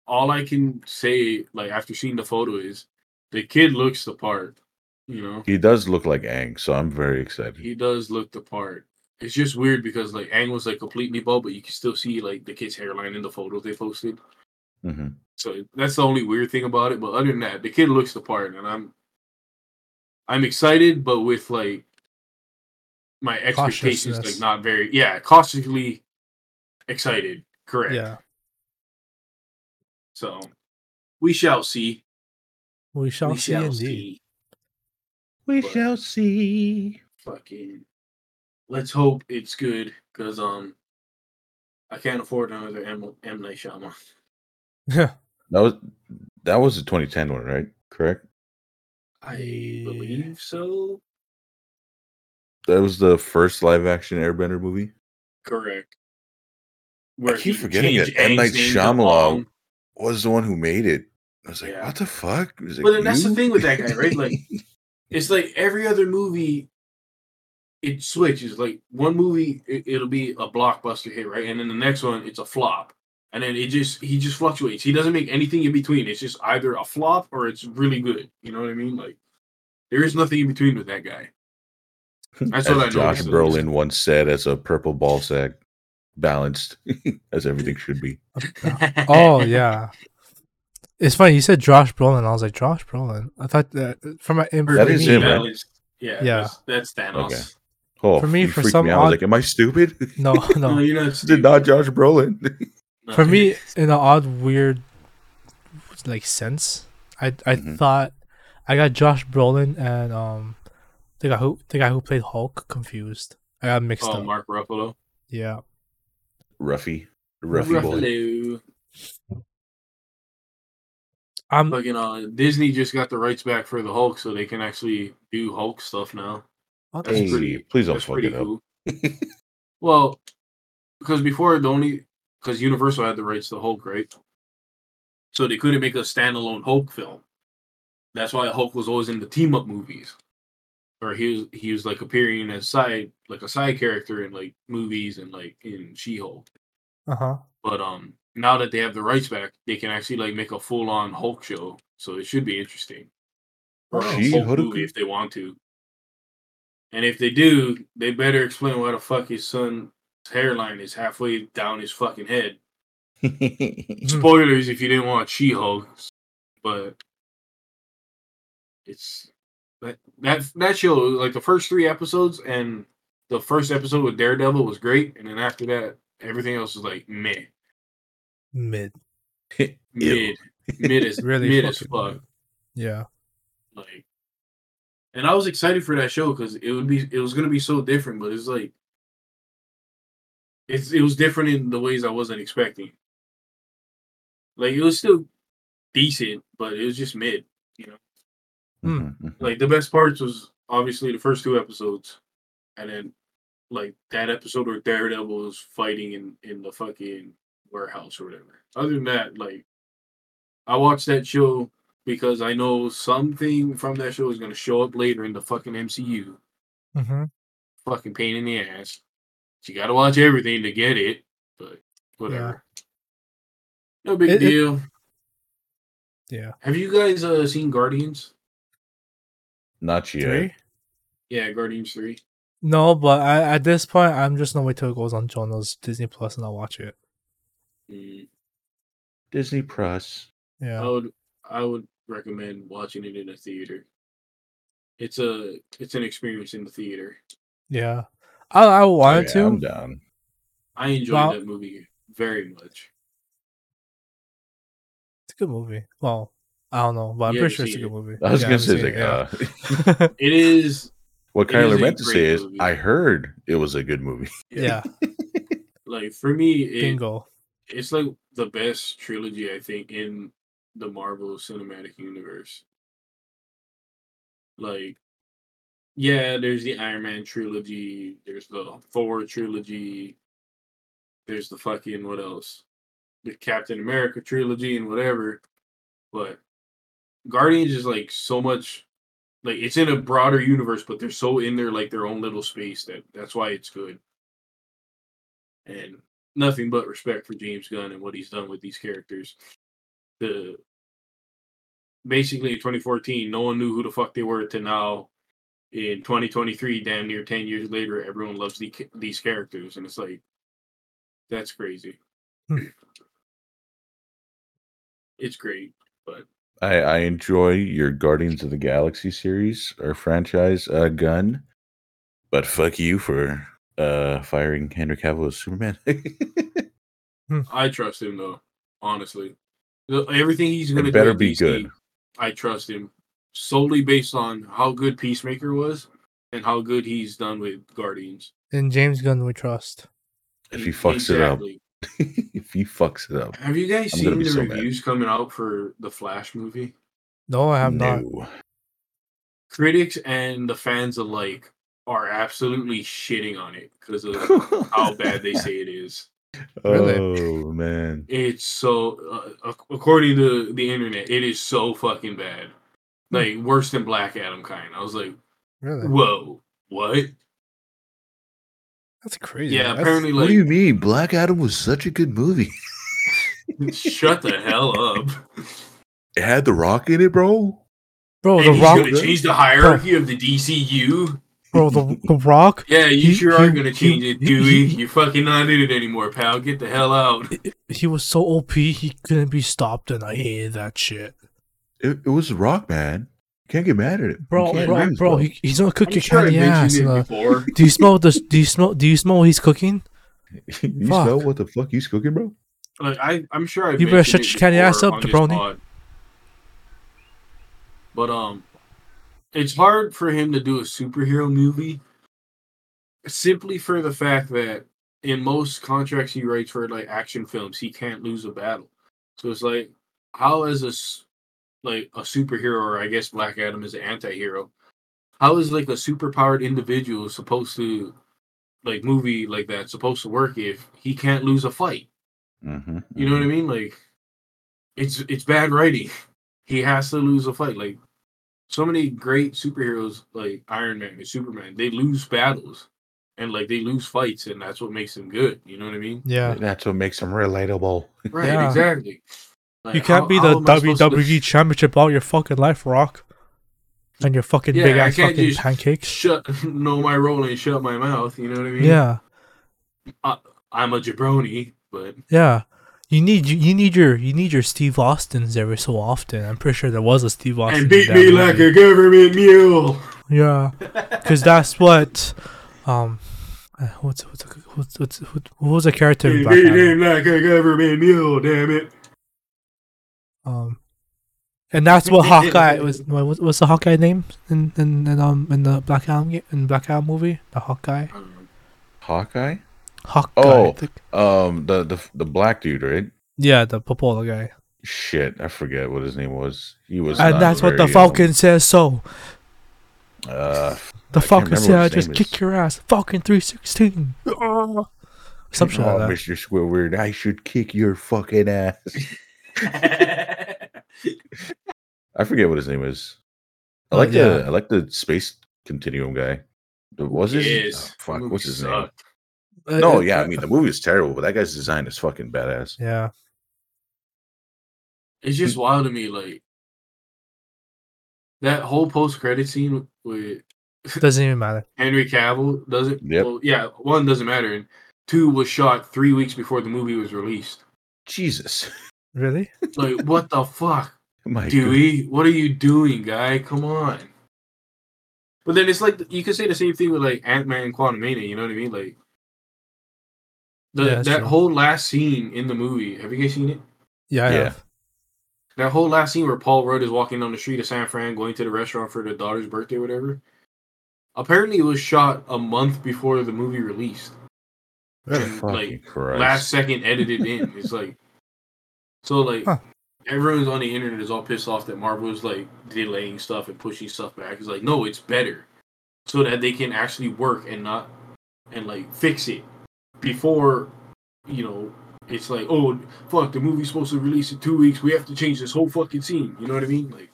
S3: all I can say, like after seeing the photo is the kid looks the part, you know.
S2: He does look like Ang, so I'm very excited.
S3: He does look the part. It's just weird because like Aang was like completely bald, but you can still see like the kid's hairline in the photos they posted.
S2: hmm
S3: So it- that's the only weird thing about it. But other than that, the kid looks the part, and I'm I'm excited, but with like my expectations like
S1: Cautiousness.
S3: not very yeah cautiously excited. Correct.
S1: Yeah,
S3: So we shall see.
S1: we shall see. indeed.
S2: We
S3: But-
S2: shall see.
S3: Fucking. Let's hope it's good, cause um, I can't afford another M M Night Shyamalan.
S1: [LAUGHS] Yeah,
S2: That was that was the 2010 one, right? Correct.
S3: I
S1: Yeah.
S3: believe so.
S2: That was the first live action Airbender movie.
S3: Correct. Where
S2: keep
S3: he
S2: forgetting
S3: changed
S2: that M.
S3: Aang's
S2: Night
S3: name to
S2: Shyamalan
S3: Aang.
S2: Was the one who made it. I was like,
S3: Yeah.
S2: what the fuck? It was
S3: But
S2: like,
S3: then that's the
S2: you?
S3: thing with that guy, right?
S2: [LAUGHS]
S3: Like- It's like every other movie, it switches. Like one movie, it, it'll be a blockbuster hit, right? And then the next one, it's a flop. And then it just he just fluctuates. He doesn't make anything in between. It's just either a flop or it's really good. You know what I mean? Like there is nothing in between with that
S2: [LAUGHS]
S3: guy. That's
S2: as
S3: what I
S2: Josh
S3: noticed.
S2: Brolin once said, as a purple ball sack, balanced [LAUGHS] as everything should be.
S1: [LAUGHS]
S2: [LAUGHS]
S1: oh yeah. It's funny you said Josh Brolin. I was like Josh Brolin. I thought that for my in-
S2: That
S1: for
S2: is
S1: me-
S2: him, right?
S3: Yeah,
S1: Yeah.
S3: That's, that's Thanos.
S2: Okay. Oh,
S1: For me,
S2: you
S1: for
S2: freaked
S1: some
S2: me out. I was
S1: odd-
S2: like, am
S1: [LAUGHS]
S2: I stupid?
S1: No,
S3: No,
S1: no.
S3: you're not.
S2: this [LAUGHS] did not Josh Brolin. [LAUGHS]
S3: no.
S1: For me, in an odd, weird, like sense, I I
S2: Mhm.
S1: thought I got Josh Brolin and um the guy who the guy who played Hulk confused. I got mixed
S3: oh,
S1: up.
S3: Mark Ruffalo.
S1: Yeah,
S2: Ruffy, Ruffy boy.
S3: Ruffalo.
S1: I'm
S3: Fucking uh, Disney just got the rights back for the Hulk, so they can actually do Hulk stuff now. That's
S2: Hey,
S3: pretty-
S2: please don't
S3: That's
S2: fuck
S3: pretty
S2: it up. [LAUGHS]
S3: cool. well, because before the only because Universal had the rights to Hulk, right? So they couldn't make a standalone Hulk film. That's why Hulk was always in the team up movies, or he was he was like appearing as side like a side character in like movies and like in She Hulk.
S1: uh huh.
S3: But um, now that they have the rights back, they can actually like make a full on Hulk show. So it should be interesting. Or a
S2: Gee,
S3: Hulk
S2: Hulk.
S3: movie if they want to. And if they do, they better explain why the fuck his son's hairline is halfway down his fucking head.
S2: Mm-hmm,
S3: Spoilers if you didn't watch She Hulk, but it's that that that show like the first three episodes and the first episode with Daredevil was great, and then after that everything else was like meh.
S1: Mid.
S2: Ew.
S3: mid, mid
S1: [LAUGHS]
S3: as
S1: Really
S3: mid as
S1: fucking
S3: fuck.
S1: mid. Yeah.
S3: Like, and I was excited for that show because it would be it was gonna be so different, but it's like, it's it was different in the ways I wasn't expecting. Like it was still decent, but it was just mid.
S1: Hmm.
S2: Mhm, mhm.
S3: Like the best parts was obviously the first two episodes, and then like that episode where Daredevil was fighting in in the fucking warehouse or whatever. Other than that, like I watched that show because I know something from that show is gonna show up later in the fucking MCU.
S1: Mm-hmm.
S3: Fucking pain in the ass. You gotta watch everything to get it, but whatever. No big
S1: It- it-
S3: deal.
S1: Yeah.
S3: Have you guys uh, seen Guardians?
S2: Not yet.
S1: Three.
S3: Yeah, Guardians three.
S1: No, but I, at this point, I'm just gonna wait till it goes on Jonas Disney Plus and I'll watch it.
S3: Mm.
S2: Disney Plus.
S1: Yeah.
S3: I would I would recommend watching it in a theater. It's a it's an experience in the theater.
S1: Yeah. I, I
S2: Oh,
S1: wanted
S2: yeah, I'm
S1: to.
S2: down.
S3: I enjoyed
S1: Well-
S3: that movie very much.
S1: It's a good movie. Well, I don't know, but I'm
S3: You
S1: pretty
S3: haven't
S1: sure it's a
S3: seen
S1: good movie.
S2: I was
S1: Yeah,
S2: gonna
S1: haven't
S2: say
S1: seen
S2: like,
S1: it,
S2: uh,
S1: yeah.
S3: It is
S2: [LAUGHS] What
S3: It
S2: Kyler
S3: is a
S2: meant to
S3: great
S2: say is,
S3: movie.
S2: I heard it was a good movie.
S1: [LAUGHS] Yeah,
S3: Like for me, it,
S1: bingo.
S3: it's like the best trilogy I think in the Marvel Cinematic Universe. Like, yeah, there's the Iron Man trilogy, there's the Thor trilogy, there's the fucking what else, the Captain America trilogy and whatever, but Guardians is like so much. Like it's in a broader universe, but they're so in their like their own little space that that's why it's good. And nothing but respect for James Gunn and what he's done with these characters. The basically in 2014, no one knew who the fuck they were to now in 2023, damn near 10 years later, everyone loves the, these characters, and it's like that's crazy.
S1: Hmm.
S3: It's great, but
S2: I, I enjoy your Guardians of the Galaxy series or franchise uh, gun, but fuck you for uh, firing Henry Cavill as Superman. [LAUGHS] it
S3: I trust him though, honestly. The- Everything he's going to
S2: better be good.
S3: I trust him solely based on how good Peacemaker was and how good he's done with Guardians. E,
S1: And James Gunn, we trust.
S2: If he fucks it up.
S3: Exactly.
S2: if he fucks it up,
S3: Have you guys
S2: I'm gonna
S3: seen
S2: be
S3: the
S2: so mad.
S3: reviews coming out for the Flash movie?
S1: No, I have not.
S2: No.
S3: Critics and the fans alike are absolutely shitting on it because of
S2: [LAUGHS]
S3: how bad they say it is.
S1: Really?
S2: Oh man,
S3: It's so, uh, ac- according to the internet, it is so fucking bad. Like worse than Black Adam kind. I was like,
S1: Really,
S3: whoa, what?
S1: that's crazy.
S3: Yeah,
S1: That's-
S3: apparently,
S2: what do you
S3: like,
S2: mean? Black Adam was such a good movie.
S3: shut the hell
S1: [LAUGHS]
S3: up.
S2: It had The Rock in it, bro.
S1: bro.
S3: And
S1: Oh, The
S3: he's
S1: Rock,
S3: gonna change the hierarchy of the DCU.
S1: bro. The, the Rock.
S3: Yeah, you
S1: He-
S3: sure are
S1: he-
S3: gonna
S1: he-
S3: change it,
S1: he-
S3: Dewey.
S1: he-
S3: You're fucking not in it anymore, pal. Get the hell out.
S1: He was so OP, he couldn't be stopped, and I hated that shit,
S2: It, it was The Rock, man. You can't get mad at it, You
S1: bro.
S2: can't
S1: Bro,
S2: lose,
S1: bro, He, he's gonna cook
S3: I'm
S1: your
S3: sure I
S1: candy ass.
S3: mentioned
S1: and, uh,
S3: it before.
S1: do you smell this? Do you smell? Do you smell what he's cooking?
S2: [LAUGHS] you smell
S1: fuck.
S2: what the fuck he's cooking, bro?
S3: Like, I, I'm sure I.
S1: You better shut
S3: mentioned it
S1: your candy ass
S3: before
S1: up,
S3: on this
S1: jabroni.
S3: pod. But um, it's hard for him to do a superhero movie, simply for the fact that in most contracts he writes for like action films, he can't lose a battle. So it's like, how is a s- like a superhero, or I guess Black Adam is an anti-hero, how is like a superpowered individual supposed to like movie like that supposed to work if he can't lose a fight?
S2: Mm-hmm,
S3: You know what I mean? Like, it's it's bad writing. [LAUGHS] He has to lose a fight. Like, so many great superheroes like Iron Man and Superman, they lose battles, and like they lose fights, and that's what makes them good. You know what
S1: [LAUGHS]
S3: I mean?
S1: Yeah,
S2: That's what makes him relatable.
S3: Right?
S1: Yeah.
S3: Exactly. Like,
S1: you can't
S3: how-
S1: be
S3: how
S1: the E
S3: am I supposed to- [LAUGHS]
S1: WWE championship all your fucking life, Rock, and your fucking
S3: Yeah,
S1: big
S3: I
S1: ass
S3: can't
S1: fucking
S3: just
S1: pancakes.
S3: Shut [LAUGHS] know my role and shut my mouth. You know what I mean?
S1: Yeah,
S3: I'm a jabroni, but
S1: yeah. You need you, you need your you need your Steve Austin's every so often. I'm pretty sure there was a Steve Austin.
S3: and
S1: in
S3: beat
S1: that
S3: me
S1: movie.
S3: like a government mule.
S1: Yeah, because that's what, um, uh, what's what's what's what's who, who was a character in
S3: And
S1: Black
S3: beat
S1: Adam?
S3: [LAUGHS] him like a government mule. Damn it.
S1: Um, and that's what
S3: [LAUGHS]
S1: Hawkeye was. What was what's the Hawkeye name in in, in um in the Black Adam ga- in Black Adam movie? The Hawkeye,
S3: I don't know.
S2: Hawkeye?
S1: Hawkeye.
S2: Oh.
S1: I think.
S2: Um, the the the black dude, right?
S1: Yeah, the Popola guy.
S2: Shit, I forget what his name was. He was,
S1: And
S2: not
S1: that's what the
S2: very, um,
S1: Falcon says. So
S2: uh,
S1: the
S2: I can't
S1: Falcon
S2: remember
S1: said,
S2: what
S1: "I
S2: his
S1: just
S2: name is. Ah.
S1: kick your ass." Falcon three sixteen. Some shit like
S2: oh,
S1: that.
S2: Mr. Squidward, I should kick your fucking ass. I forget what his name is. I
S1: Oh,
S2: like the
S1: yeah.
S2: I like the space continuum guy. The- Was his
S3: Yes.
S2: oh, fuck? What's his name?
S3: Sucked.
S1: Uh,
S2: No,
S1: uh,
S2: yeah,
S1: [LAUGHS]
S2: I mean the movie is terrible, but that guy's design is fucking badass.
S1: yeah,
S3: It's just wild to me, like that whole post credit scene with
S1: doesn't even matter.
S3: Henry Cavill doesn't.
S2: Yep.
S3: Well, yeah, one doesn't matter, and two was shot three weeks before the movie was released.
S2: Jesus, [LAUGHS]
S1: Really?
S3: Like, what the fuck,
S2: my God.
S3: Dewey? What are you doing, guy? Come on. But then it's like you can say the same thing with like Ant Man and Quantumania, You know what I mean? Like the,
S1: Yeah, that's
S3: that
S1: true.
S3: whole last scene in the movie. Have you guys seen it?
S1: Yeah, I
S2: Yeah.
S1: have.
S3: That whole last scene where Paul Rudd is walking down the street of San Fran, going to the restaurant for the daughter's birthday, or whatever. Apparently, it was shot a month before the movie released.
S2: Fucking
S3: like,
S2: Christ.
S3: Last second edited in. It's like, so like
S1: Huh.
S3: everyone's on the internet is all pissed off that Marvel's like delaying stuff and pushing stuff back. It's like, no, it's better, so that they can actually work and not and like fix it before, you know. It's like, oh fuck, the movie's supposed to release in two weeks. We have to change this whole fucking scene. You know what I mean? Like,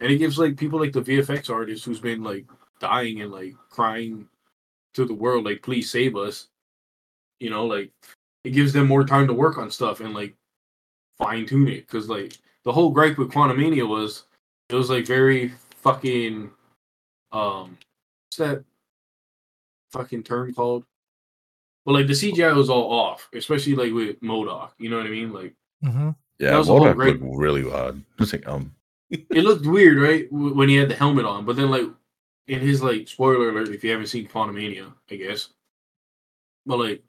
S3: and it gives like people like the VFX artist who's been like dying and like crying to the world, like, please save us. You know, like it gives them more time to work on stuff and like fine tune it. Cause like the whole gripe with Quantumania was it was like very fucking um what's that fucking term called? But like the CGI was all off, especially like with Modoc. You know what I mean? Like
S1: Mm-hmm.
S2: yeah,
S3: that was a
S2: Modoc
S3: whole great-
S2: looked really odd. [LAUGHS] It's like um,
S3: it looked weird, right, w- when he had the helmet on. But then, like, in his like spoiler alert, if you haven't seen Quantumania, I guess. But like,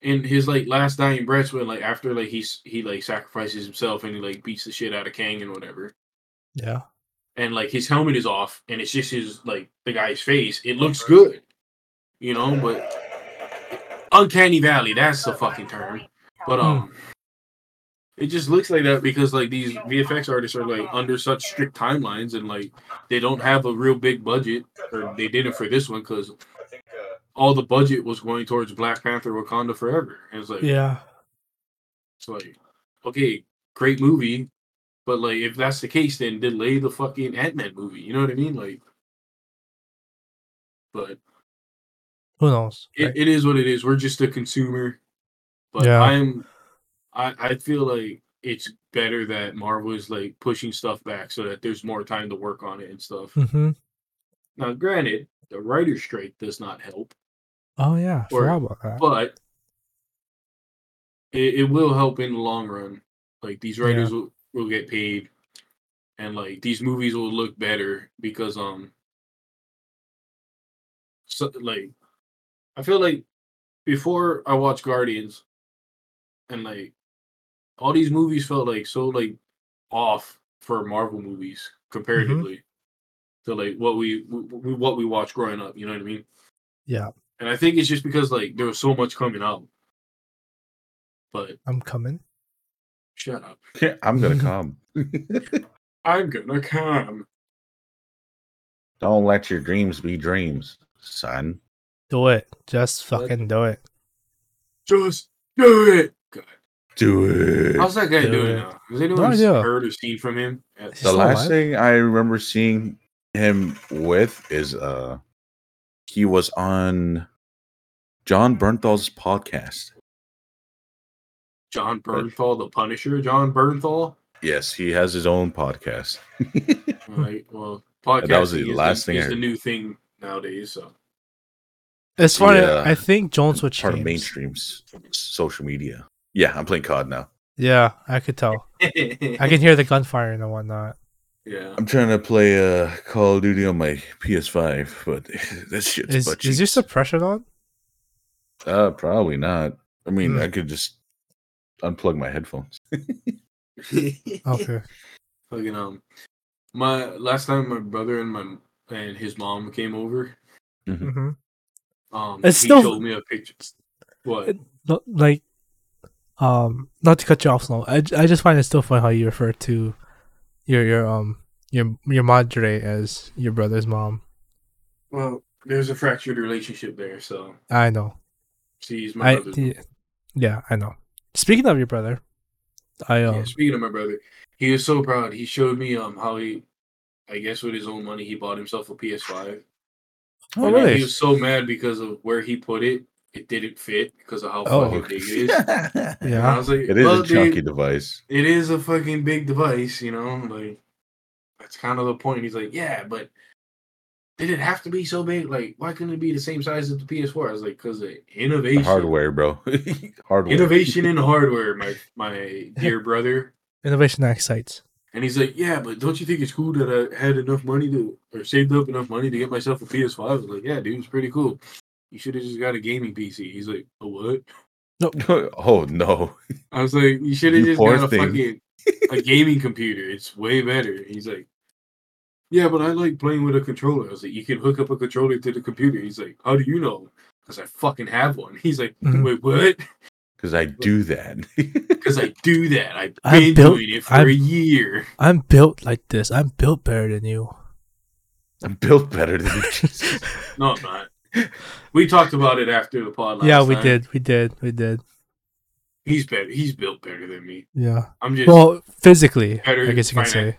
S3: in his like last dying breaths, when like after like he's he like sacrifices himself and he like beats the shit out of Kang and whatever,
S1: Yeah.
S3: and like his helmet is off and it's just his like the guy's face. It looks good, you know. But uncanny valley, that's the fucking term. But um, it just looks like that because like these VFX artists are like under such strict timelines and like they don't have a real big budget, or they didn't for this one because all the budget was going towards Black Panther: Wakanda Forever. And it's like
S1: Yeah.
S3: it's like okay, great movie, but like if that's the case, then delay the fucking Ant Man movie. You know what I mean? Like, but
S1: Who knows?
S3: it, it is what it is. We're just a consumer. But
S1: Yeah.
S3: I'm I I feel like it's better that Marvel is like pushing stuff back so that there's more time to work on it and stuff.
S1: Mm-hmm.
S3: Now granted, the writer strike does not help,
S1: Oh yeah. I
S3: Or-
S1: forgot about that.
S3: but it, it will help in the long run. Like these
S1: Yeah.
S3: writers will, will get paid and like these movies will look better because um so like I feel like before I watched Guardians and like all these movies felt like so like off for Marvel movies
S1: Mm-hmm.
S3: comparatively to like what we, we what we watched growing up, you know what I mean?
S1: Yeah.
S3: And I think it's just because like there was so much coming out. But
S1: I'm coming.
S3: shut up.
S1: [LAUGHS]
S2: I'm gonna come. [LAUGHS]
S3: I'm gonna come.
S2: Don't let your dreams be dreams, son.
S1: Do it. Just
S3: What?
S1: fucking do it.
S3: Just do it. God.
S2: Do it.
S3: How's that guy
S1: Do
S3: doing
S1: it.
S3: now? Has anyone
S1: idea.
S3: heard or seen from him? At-
S1: He's
S2: the
S1: still
S2: last
S1: alive?
S2: thing I remember seeing him with is uh he was on John Bernthal's podcast.
S3: John Bernthal, the Punisher, John Bernthal.
S2: Yes, he has his own [LAUGHS] podcast.
S3: Right. Well, podcasting
S2: That was the
S3: is,
S2: last
S3: the,
S2: thing I
S3: is the
S2: heard.
S3: new thing nowadays. So
S1: It's funny.
S2: Yeah.
S1: I think Jones would
S2: Part of
S1: change.
S2: mainstream s- social media. Yeah, I'm playing COD now.
S1: Yeah, I could tell. I can hear the gunfire and whatnot.
S3: yeah.
S2: I'm trying to play uh Call of Duty on my PS5, but [LAUGHS] that shit's
S1: Is
S2: butt
S1: is your
S2: cheeks.
S1: suppression on?
S2: Uh, probably not. I mean,
S1: Hmm.
S2: I could just unplug my headphones.
S1: Okay.
S3: [LAUGHS]
S2: [LAUGHS]
S3: Fucking um, my last time my brother and my and his mom came over.
S1: mm-hmm.
S3: Um,
S1: It's
S3: he
S1: still-
S3: showed me a picture. What?
S1: It- Not- like um not to cut you off Snow. I, j- I just find it still funny how you refer to your your um your your madre as your brother's mom.
S3: Well, there's a fractured relationship there, so
S1: I know.
S3: she's my
S1: I
S3: brother.
S1: yeah, yeah, I know. Speaking of your brother, I um
S3: Yeah, speaking of my brother, he was so proud. He showed me um how he, I guess with his own money, he bought himself a PS5.
S1: oh
S3: And, like,
S1: really?
S3: He was so mad because of where he put it. It didn't fit because of how
S1: Oh.
S3: fucking big it is. And
S1: [LAUGHS]
S2: it
S1: yeah.
S3: I was like,
S2: is
S3: "Well,
S2: a chunky
S3: dude,
S2: device.
S3: it is a fucking big device, you know. Like that's kind of the point. He's like, yeah, but did it have to be so big? Like, why couldn't it be the same size as the PS4? I was like, because the
S2: The
S3: innovation,
S2: hardware, bro. [LAUGHS] hardware.
S3: innovation in hardware, my my dear brother.
S1: Innovation that excites.
S3: And he's like, yeah, but don't you think it's cool that I had enough money to or saved up enough money to get myself a PS5? I was like, yeah, dude, it's pretty cool. You should have just got a gaming PC. He's like, a what?
S2: [LAUGHS] oh no.
S3: I was like, you should have
S2: You
S3: just
S2: poor
S3: got a
S2: thing.
S3: fucking a gaming computer. It's way better. He's like, yeah, but I like playing with a controller. I was like, you can hook up a controller to the computer. He's like, how do you know? Because I fucking have one. [LAUGHS] He's like,
S1: Mhm.
S3: wait, what? [LAUGHS]
S2: because I do that. [LAUGHS]
S3: Because I do that. I've
S1: I
S3: been
S1: built-
S3: doing it for
S1: I've-
S3: a year. [LAUGHS]
S1: I'm built like this. I'm built better than you.
S2: I'm built
S1: [LAUGHS]
S2: better than you. Jesus.
S3: No, I'm not. We talked about it after the pod. Last
S1: yeah, we
S3: time.
S1: did. We did. We did.
S3: He's better. He's built better than me.
S1: Yeah.
S3: I'm just.
S1: Well, physically,
S3: Better
S1: I guess you can
S3: finan-
S1: say.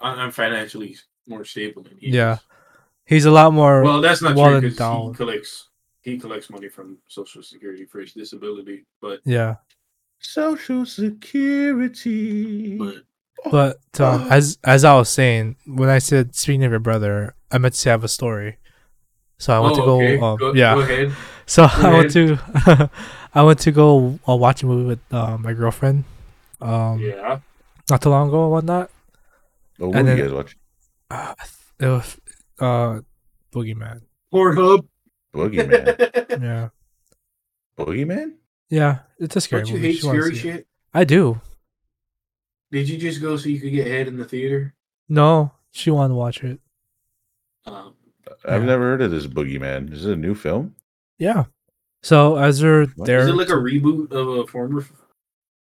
S3: I- I'm financially more stable than he.
S1: Yeah.
S3: Is.
S1: He's a lot more.
S3: Well, that's not
S1: well
S3: true because he
S1: endowed.
S3: collects. He collects money from Social Security for his disability, but
S1: yeah.
S2: Social Security.
S3: but
S1: But um,
S3: [SIGHS]
S1: as as I was saying, when I said speaking of your brother, I meant to say I have a story. So I want to
S3: Oh,
S1: go.
S3: okay.
S1: Um,
S3: Go-
S1: yeah.
S3: Go ahead.
S1: So
S3: Go
S1: I went to [LAUGHS] I went to go uh, watch a movie with uh, my girlfriend. [LAUGHS] Um,
S3: Yeah.
S1: not too long ago and whatnot.
S2: Oh,
S1: and
S2: what are
S1: then-
S2: you guys watching?
S1: Uh, it was uh, Boogeyman.
S3: Pornhub.
S2: Boogeyman.
S3: [LAUGHS]
S1: Yeah,
S2: Boogeyman?
S1: yeah, it's a scary
S3: Don't you
S1: movie.
S3: hate
S1: She wanna
S3: scary
S1: see it.
S3: shit?
S1: I do.
S3: Did you just go so you could get head in the theater?
S1: No, she wanted to watch it.
S3: Um,
S2: I've
S1: Yeah.
S2: never heard of this Boogeyman. Is it a new film?
S1: Yeah. So as we're
S2: What?
S1: there,
S3: is it like a reboot of a former f-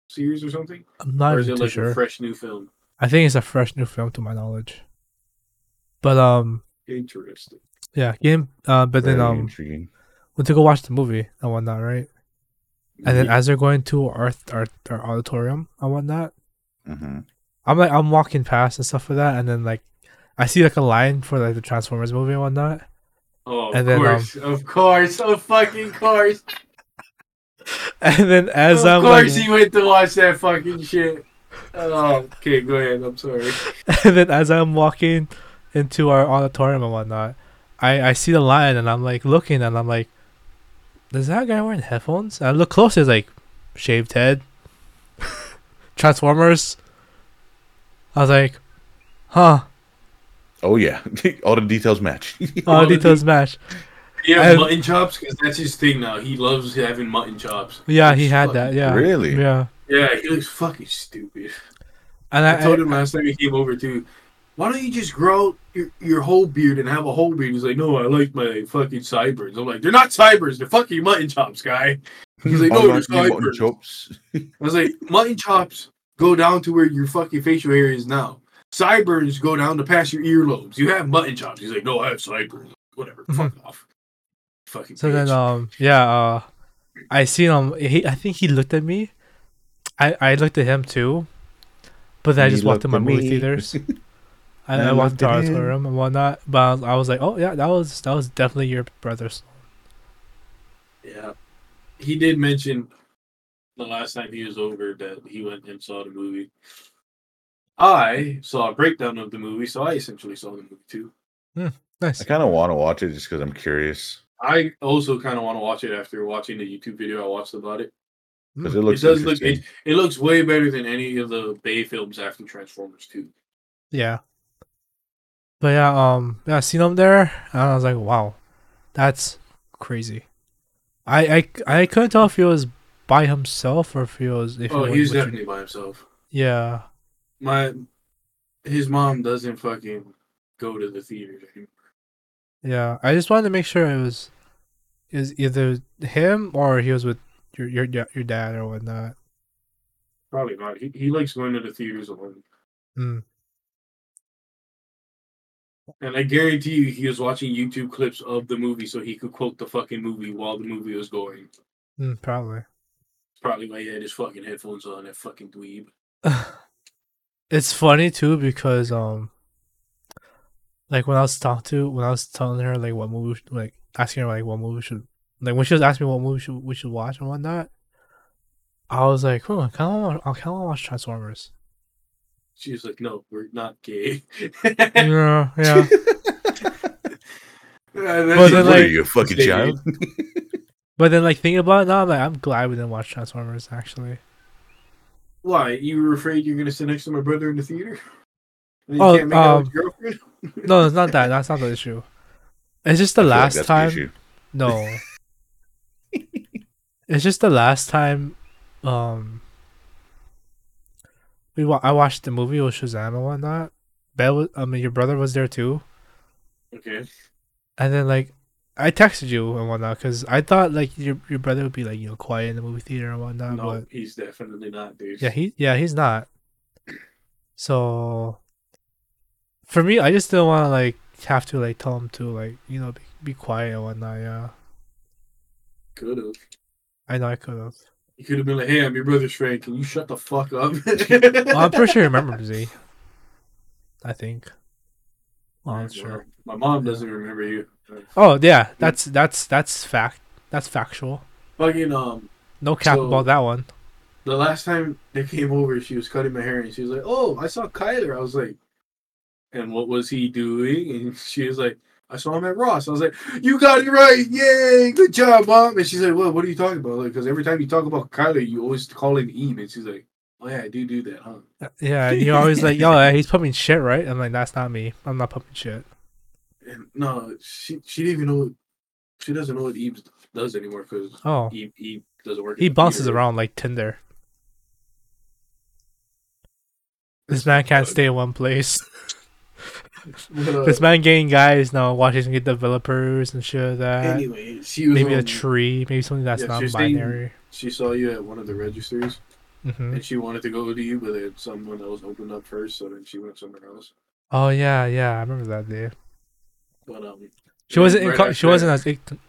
S3: series or something,
S1: I'm not
S3: or is
S1: even
S3: it
S1: too
S3: like
S1: sure.
S3: a fresh new film?
S1: I think it's a fresh new film to my knowledge. But um,
S3: Interesting.
S1: yeah, game. Uh, but then
S2: Very
S1: um,
S2: intriguing.
S1: went to go watch the movie and whatnot, right? And then
S3: Yeah.
S1: as they're going to our our, our auditorium and whatnot,
S2: hmm
S1: I'm like I'm walking past and stuff like that, and then like I see like a line for like the Transformers movie and whatnot. [LAUGHS]
S3: oh, of
S1: and then, um,
S3: course, of course, of fucking course,
S1: And then [LAUGHS] as
S3: of
S1: I'm like,
S3: course, you went to watch that fucking shit. Oh, okay, go ahead. I'm sorry.
S1: [LAUGHS] and then as I'm walking into our auditorium and whatnot, I I see the line and I'm like looking and I'm like, does that guy wearing headphones? And I look closer, it's like shaved head, [LAUGHS] Transformers. I was like, huh,
S2: Oh, yeah. [LAUGHS] All the details match. [LAUGHS]
S1: all
S3: Well,
S1: the details match.
S3: Yeah,
S1: And-
S3: mutton chops because that's his thing now. He loves having mutton chops.
S1: Yeah, he
S3: He's
S1: had
S3: fucking-
S1: that. Yeah,
S2: Really?
S1: yeah.
S3: Yeah, he looks fucking stupid.
S1: And
S3: I,
S1: I,
S3: told him last time he came over too. Why don't you just grow your, your whole beard and have a whole beard? He's like, no, I like my fucking sideburns. I'm like, they're not sideburns, they're fucking mutton
S1: [LAUGHS]
S3: chops, guy. He's like,
S2: All
S3: no,
S2: around
S3: they're
S2: you, mutton
S3: sideburns.
S2: chops.
S3: I was like, mutton chops go down to where your fucking facial hair is now. Sideburns go down to past your earlobes. You have mutton chops. He's like, no, I have sideburns. Whatever, fuck off.
S1: Mm-hmm.
S3: Fucking
S1: So then,
S3: bitch.
S1: um, yeah, uh, I seen him. He, I think he looked at me. I, I looked at him too, but then I
S2: He
S1: just walked in my
S2: looked at
S1: movie
S2: me. [LAUGHS]
S1: theaters. I,
S2: I
S1: I walked
S2: looked
S1: into
S2: at
S1: our
S2: him.
S1: auditorium and whatnot. But I was, I was like, oh yeah, that was that was definitely your brother's.
S3: Yeah. He did mention the last time he was over that he went and saw the movie. I saw a breakdown of the movie, so I essentially saw the movie too.
S1: Nice.
S2: I kind of want to watch it just because I'm curious.
S3: I also kind of want to watch it after watching the YouTube video I watched about it.
S2: Because it looks
S3: it does look
S2: interesting.
S3: it, it looks way better than any of the Bay films after Transformers 2.
S1: Yeah. But yeah, um, yeah, I seen him there, and I was like, wow, that's crazy. I I, I couldn't tell if he was by himself or if he was if
S3: oh,
S1: he
S3: he was
S1: was with-
S3: definitely by himself.
S1: yeah.
S3: My his mom doesn't fucking go to the theaters anymore.
S1: Yeah, I just wanted to make sure it was is either him or he was with your your da- your dad or whatnot.
S3: Probably not. He, he likes going to the theaters alone.
S1: Mm.
S3: And I guarantee you, he was watching YouTube clips of the movie so he could quote the fucking movie while the movie was going.
S1: Mm, probably.
S3: It's probably why he had his fucking headphones on, that fucking dweeb.
S1: [LAUGHS] it's funny too because um, like when I was talking to when I was telling her like what movie we should- like asking her like what movie should like when she was asking me what movie should, we should watch and whatnot, I was like, hmm, I kind of want I kind of want to watch Transformers.
S3: She was like, no, we're not gay.
S1: [LAUGHS]
S3: [LAUGHS] Uh,
S1: yeah, yeah.
S3: but
S1: then,
S2: what are
S1: like-
S2: you, a fucking
S3: Say
S2: child?
S1: [LAUGHS] But then like thinking about it now, I'm like, I'm glad we didn't watch Transformers actually.
S3: why? You were afraid you were going to sit next to my brother in the theater? [LAUGHS] And you
S1: Oh,
S3: can't make out with
S1: um,
S3: your girlfriend?
S1: No, it's not that. That's not the issue. It's just
S2: I
S1: the
S2: feel like
S1: last
S2: that's the
S1: time.
S2: issue.
S1: no. it's just the last time um we wa- I watched the movie with Shazam and whatnot. Bell, was, I mean, your brother was there too.
S3: [LAUGHS] Okay.
S1: And then like, I texted you and whatnot because I thought like your your brother would be like you know quiet in the movie theater and whatnot.
S3: no,
S1: Uh, But
S3: he's definitely not, dude.
S1: yeah, he yeah he's not. So, for me, I just didn't want to like have to like tell him to like you know be, be quiet and whatnot. Yeah,
S3: could have.
S1: I know I could have.
S3: He could have been like, "Hey, I'm your brother's friend. Can you shut the fuck up?" [LAUGHS]
S1: Well, I'm pretty sure he remembers me. I think. [LAUGHS] Well, I'm
S3: Well,
S1: sure.
S3: My mom doesn't remember you.
S1: Oh yeah, that's that's that's fact. That's factual.
S3: Fucking um,
S1: No cap
S3: So-
S1: about that one.
S3: the last time they came over, she was cutting my hair, and she was like, "Oh, I saw Kyler." I was like, "And what was he doing?" And [LAUGHS] she was like, "I saw him at Ross." I was like, "You got it right! Yay! Good job, mom!" And she's like, "Well, what are you talking about?" Like, because every time you talk about Kyler, you always call him Eve, and she's like, "Oh yeah, I do do that, huh?"
S1: Yeah, and you're always like, yo, he's pumping shit, right? I'm like, that's not me. I'm not pumping shit.
S3: And no, she she didn't even know. She doesn't know what Eve does anymore because
S1: Oh,
S3: Eve, Eve doesn't work. at
S1: he
S3: the
S1: bounces
S3: [LAUGHS] theater.
S1: around like Tinder. This man can't stay in one place.
S3: [LAUGHS] But, uh,
S1: This man getting guys now, watching get developers and shit like that.
S3: anyway, she was
S1: Maybe a
S3: on-
S1: tree, maybe something that's
S3: Yeah, so you're saying-
S1: non-binary.
S3: She saw you at one of the registers,
S1: hmm
S3: and she wanted to go to you, but then someone else opened up first, so then she went somewhere else.
S1: Oh yeah, yeah, I remember that day.
S3: But um,
S1: She wasn't.
S3: right
S1: Inco-
S3: after
S1: she wasn't
S3: that-
S1: as. inc-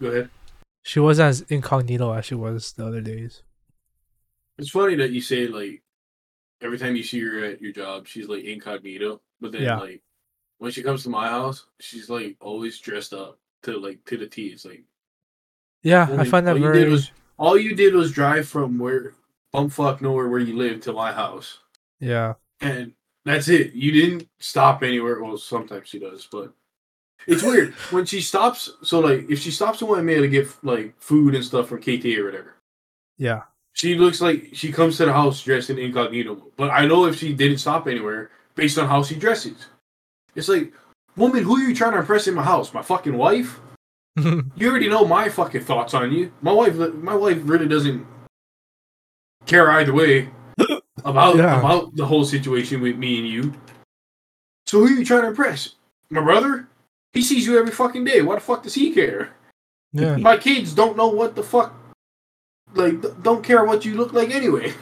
S3: Go ahead.
S1: She wasn't as incognito as she was the other days.
S3: It's funny that you say like every time you see her at your job, she's like incognito, but then
S1: Yeah.
S3: like when she comes to my house, she's like always dressed up to like to the T. It's like
S1: Yeah, I
S3: Only-
S1: find that
S3: all you did
S1: very.
S3: was- all you did was drive from where bumfuck nowhere where you live to my house,
S1: yeah, [LAUGHS]
S3: and that's it. You didn't stop anywhere. Well, sometimes she does, but it's weird when she stops. So like, if she stops somewhere in May to get like food and stuff from KTA or whatever,
S1: yeah,
S3: she looks like she comes to the house dressed in incognito. mode. But I know if she didn't stop anywhere, based on how she dresses, it's like, woman, who are you trying to impress in my house? My fucking wife. You already know my fucking thoughts on you. My wife, my wife really doesn't care either way about
S1: Yeah.
S3: about the whole situation with me and you. So who are you trying to impress? My brother? He sees you every fucking day. Why the fuck does he care? [LAUGHS]
S1: yeah.
S3: My kids don't know what the fuck, like th- don't care what you look like anyway.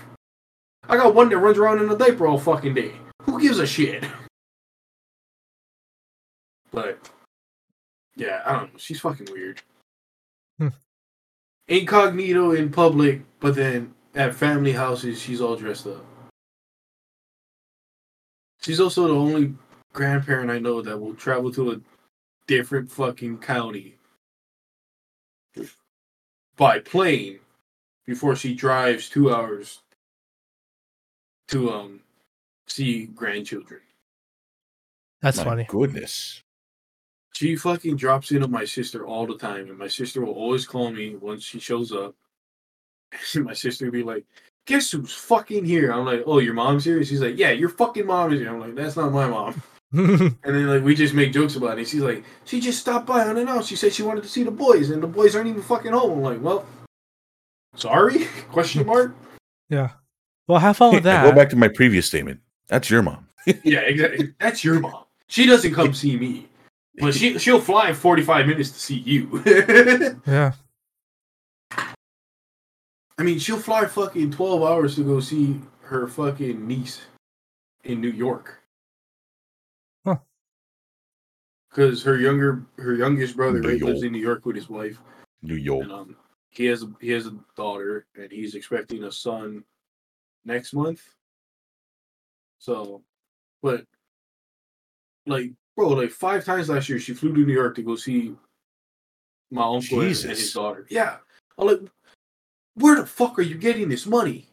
S3: [LAUGHS] I got one that runs around in a diaper all fucking day. Who gives a shit? [LAUGHS] But yeah, I don't know. She's fucking weird.
S1: Hmm.
S3: Incognito in public, but then at family houses, she's all dressed up. She's also the only grandparent I know that will travel to a different fucking county by plane before she drives two hours to um see grandchildren.
S1: That's
S2: My
S1: funny.
S2: Goodness.
S3: She fucking drops in on my sister all the time, and my sister will always call me once she shows up. [LAUGHS] And my sister will be like, "Guess who's fucking here?" I'm like, "Oh, your mom's here." And she's like, "Yeah, your fucking mom is here." I'm like, "That's not my mom." [LAUGHS] And then like we just make jokes about it. She's like, she just stopped by unannounced. She said she wanted to see the boys, and the boys aren't even fucking home. I'm like, well, sorry? [LAUGHS] Question mark.
S1: yeah. [LAUGHS] Well, have fun with
S2: Hey, I go
S1: Oh, that.
S2: back to my previous statement. That's your mom.
S3: yeah, exactly. That's your mom. She doesn't come see me, but she she'll fly in 45 minutes to see you. [LAUGHS]
S1: Yeah.
S3: I mean, she'll fly fucking 12 hours to go see her fucking niece in New York.
S1: Huh.
S3: Because her younger her youngest brother
S2: New
S3: right, lives
S2: York.
S3: in New York with his wife.
S2: New York.
S3: and um, he has he has a daughter, and he's expecting a son next month. So, but like, bro, like five times last year, she flew to New York to go see my uncle and- and his
S2: Jesus.
S3: daughter. Yeah, I'm like, where the fuck are you getting this money?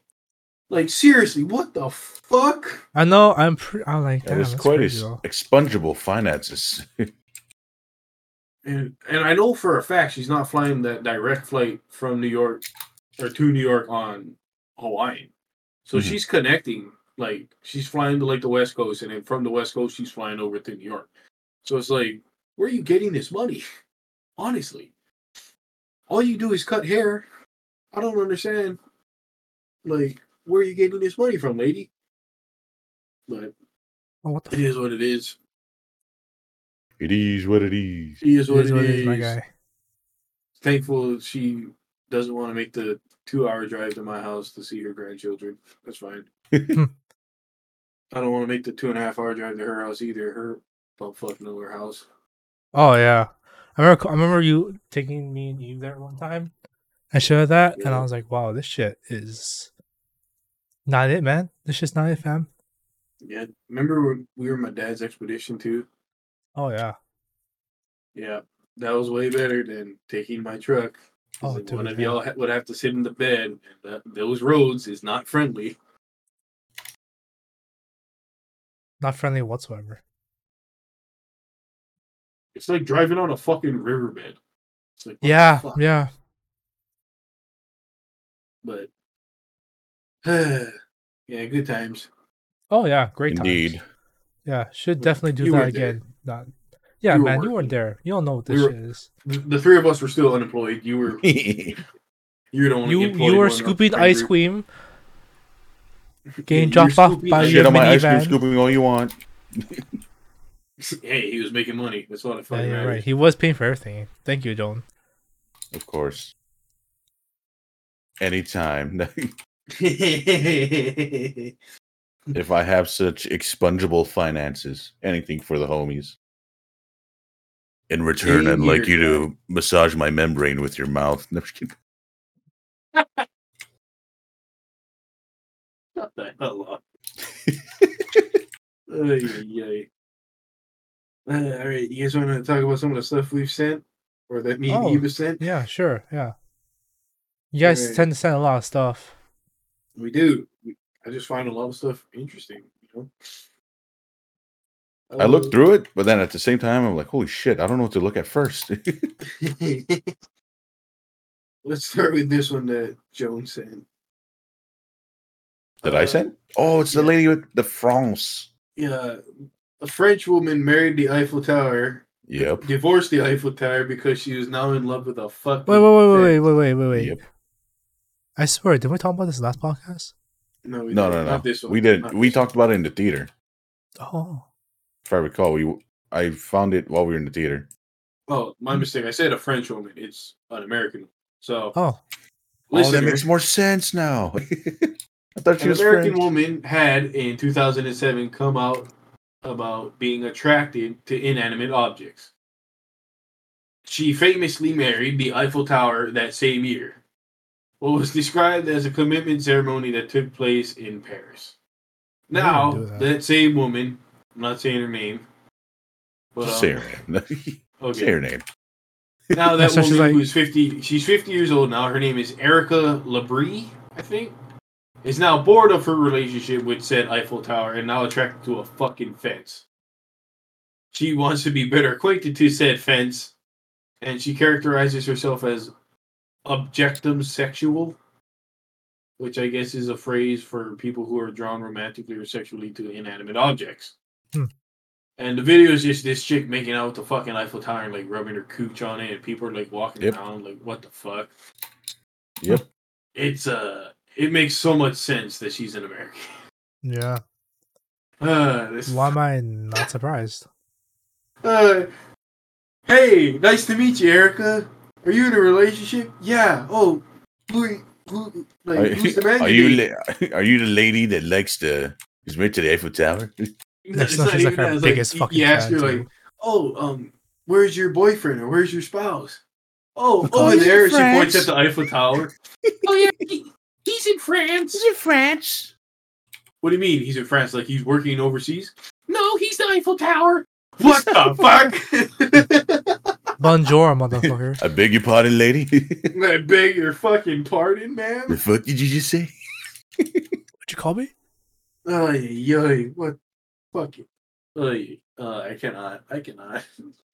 S3: Like, seriously, what the fuck?
S1: I know. I'm. Pre- I'm like.
S2: That
S1: Damn,
S2: is
S1: that's
S2: quite
S1: crazy,
S2: as
S1: though.
S2: expungible finances. [LAUGHS]
S3: And and I know for a fact she's not flying that direct flight from New York or to New York on Hawaiian. So
S1: Mm-hmm.
S2: Mhm.
S3: she's connecting, like she's flying to like the West Coast, and then from the West Coast she's flying over to New York. So it's like, where are you getting this money? [LAUGHS] Honestly. All you do is cut hair. I don't understand. Like, where are you getting this money from, lady? But
S1: Oh, what the
S3: It
S1: f-
S3: is what it is.
S2: It is what it is.
S3: It is
S1: it
S3: what
S1: is what it is, my
S3: is.
S1: guy.
S3: Thankful she doesn't want to make the two-hour drive to my house to see her grandchildren.
S1: [LAUGHS]
S3: That's fine. I don't want to make the two and a half hour drive to her house either. Her bum fucking to her house.
S1: Oh yeah, I remember. I remember you taking me and you there one time, and showed that, and I
S3: Yeah.
S1: was like, "Wow, this shit is not it, man. This shit's not it, fam."
S3: Yeah. Remember when we were on my dad's expedition too?
S1: Oh yeah.
S3: Yeah. That was way better than taking my truck. 'Cause
S1: Oh,
S3: then one
S1: dude,
S3: of
S1: yeah.
S3: y'all ha- would have to sit in the bed. And that, those roads is not friendly.
S1: not friendly whatsoever.
S3: It's like driving on a fucking riverbed. It's like, what the
S1: Yeah,
S3: Oh, fuck?
S1: yeah.
S3: But [SIGHS] yeah, good times.
S1: Oh yeah, great times. [LAUGHS]
S2: Indeed.
S1: Yeah, should
S3: Yeah,
S1: definitely do
S3: you
S1: that
S3: were there.
S1: again. Not. Yeah,
S3: You were
S1: man, you weren't
S3: working.
S1: there. You don't know what this
S3: We were-
S1: shit is.
S3: The, the three of us were still unemployed.
S1: [LAUGHS]
S3: You were you were the only
S1: You
S3: employed
S1: you were
S3: one in our
S1: scooping
S3: friend
S1: ice
S3: group.
S1: cream,
S3: You
S1: getting
S3: were
S1: dropped off
S2: [LAUGHS]
S3: scooping
S1: by
S3: ice
S1: your
S2: Shit on my ice cream
S1: minivan.
S2: scooping all you want.
S3: [LAUGHS] Hey, he was making money. That's all that
S1: Yeah,
S3: fucking
S1: yeah, right.
S3: matters.
S1: He was paying for everything. Thank you, Joan.
S2: Of course. Anytime. [LAUGHS] if I have such expungible finances, anything for the homies. In return,
S3: Yeah,
S2: I'd like
S3: you're
S2: you to massage my membrane with your mouth. [LAUGHS] No, just kidding.
S3: [LAUGHS] Shut the hell
S1: [LAUGHS]
S3: up. Ay, ay, ay. Uh, all right, you guys want to talk about some of the stuff we've sent, or that me
S1: Oh.
S3: and Eva sent?
S1: Yeah, sure. Yeah. You guys
S3: Right.
S1: tend to send a lot of stuff.
S3: We do. We, I just find a lot of stuff interesting. You know.
S2: I looked through it, but then at the same time, I'm like, holy shit, I don't know what to look at first. [LAUGHS]
S3: through. [LAUGHS] Let's start with this one that Joan sent.
S2: Did I
S3: Uh,
S2: send? Oh, it's the
S3: yeah.
S2: lady with the France.
S3: Yeah, a French woman married the Eiffel Tower
S2: Yep.
S3: divorced the Eiffel Tower because she was now in love with a fucking.
S1: Wait, wait, wait, wait, wait,
S3: thing.
S1: wait, wait, wait, wait.
S2: Yep.
S1: I swear, did we talk about this last podcast?
S3: No, we
S2: No,
S3: didn't.
S2: no, no.
S3: Not this one.
S2: We didn't.
S3: Not
S2: We
S3: this one.
S2: talked about it in the theater.
S1: Oh.
S2: If I recall, we I found it while we were in the theater.
S3: Oh, my mistake. I said a French woman. It's an American. So
S1: Oh.
S2: oh, that
S3: listen,
S2: makes more sense now. [LAUGHS] I thought she
S3: an
S2: was
S3: American
S2: French.
S3: woman had in 2007 come out about being attracted to inanimate objects. She famously married the Eiffel Tower that same year. What was described as a commitment ceremony that took place in Paris.
S1: I didn't
S3: Now,
S1: do that.
S3: that. same woman, I'm not saying her name, but
S2: Just
S3: um,
S2: Say her [LAUGHS] name.
S3: okay.
S2: Say her name.
S1: [LAUGHS]
S3: Now that
S1: So she's
S3: woman
S1: like-
S3: who's fifty, she's fifty years old now. Her name is Erica Labrie, I think. Is now bored of her relationship with said Eiffel Tower and now attracted to a fucking fence. She wants to be better acquainted to said fence, and she characterizes herself as objectum sexual, which I guess is a phrase for people who are drawn romantically or sexually to inanimate objects. And the video is just this chick making out with the fucking Eiffel Tower and like rubbing her cooch on it, and people are like walking
S2: Yep.
S3: around like, "What the fuck?"
S2: Yep.
S3: It's uh, it makes so much sense that she's an American. [LAUGHS]
S1: Yeah.
S3: Uh, this,
S1: Why am I not
S3: [LAUGHS]
S1: surprised?
S3: uh, hey, nice to meet you, Erica. Are you in a relationship? Yeah. Oh, who, who, like,
S2: [LAUGHS] Are,
S3: who's the man?
S2: are you
S3: dating?
S2: la- [LAUGHS] are you the lady that likes to is married to the Eiffel Tower? [LAUGHS]
S3: No,
S1: That's
S3: it's
S1: not-
S3: not
S1: she's like
S3: even
S1: our
S3: that. It's
S1: biggest
S3: you-
S1: fucking
S3: You ask her
S1: fan,
S3: like,
S1: too.
S3: "Oh, um, where's your boyfriend or where's your spouse?" Oh,
S1: Oh,
S3: over
S1: he's in
S3: there. She
S2: France.
S3: points at the Eiffel Tower. oh yeah, he- he's in France.
S2: in France.
S3: What do you mean he's in France? Like he's working overseas? No, he's the Eiffel Tower. What the fuck? [LAUGHS]
S1: Bonjour, motherfucker.
S2: I beg your pardon, lady. [LAUGHS] the
S3: I beg your fucking pardon, man.
S2: fuck did you just say?
S1: [LAUGHS] What'd you call me?
S3: Ay, yoy, what? Fuck it. Ay, uh, I cannot. I cannot.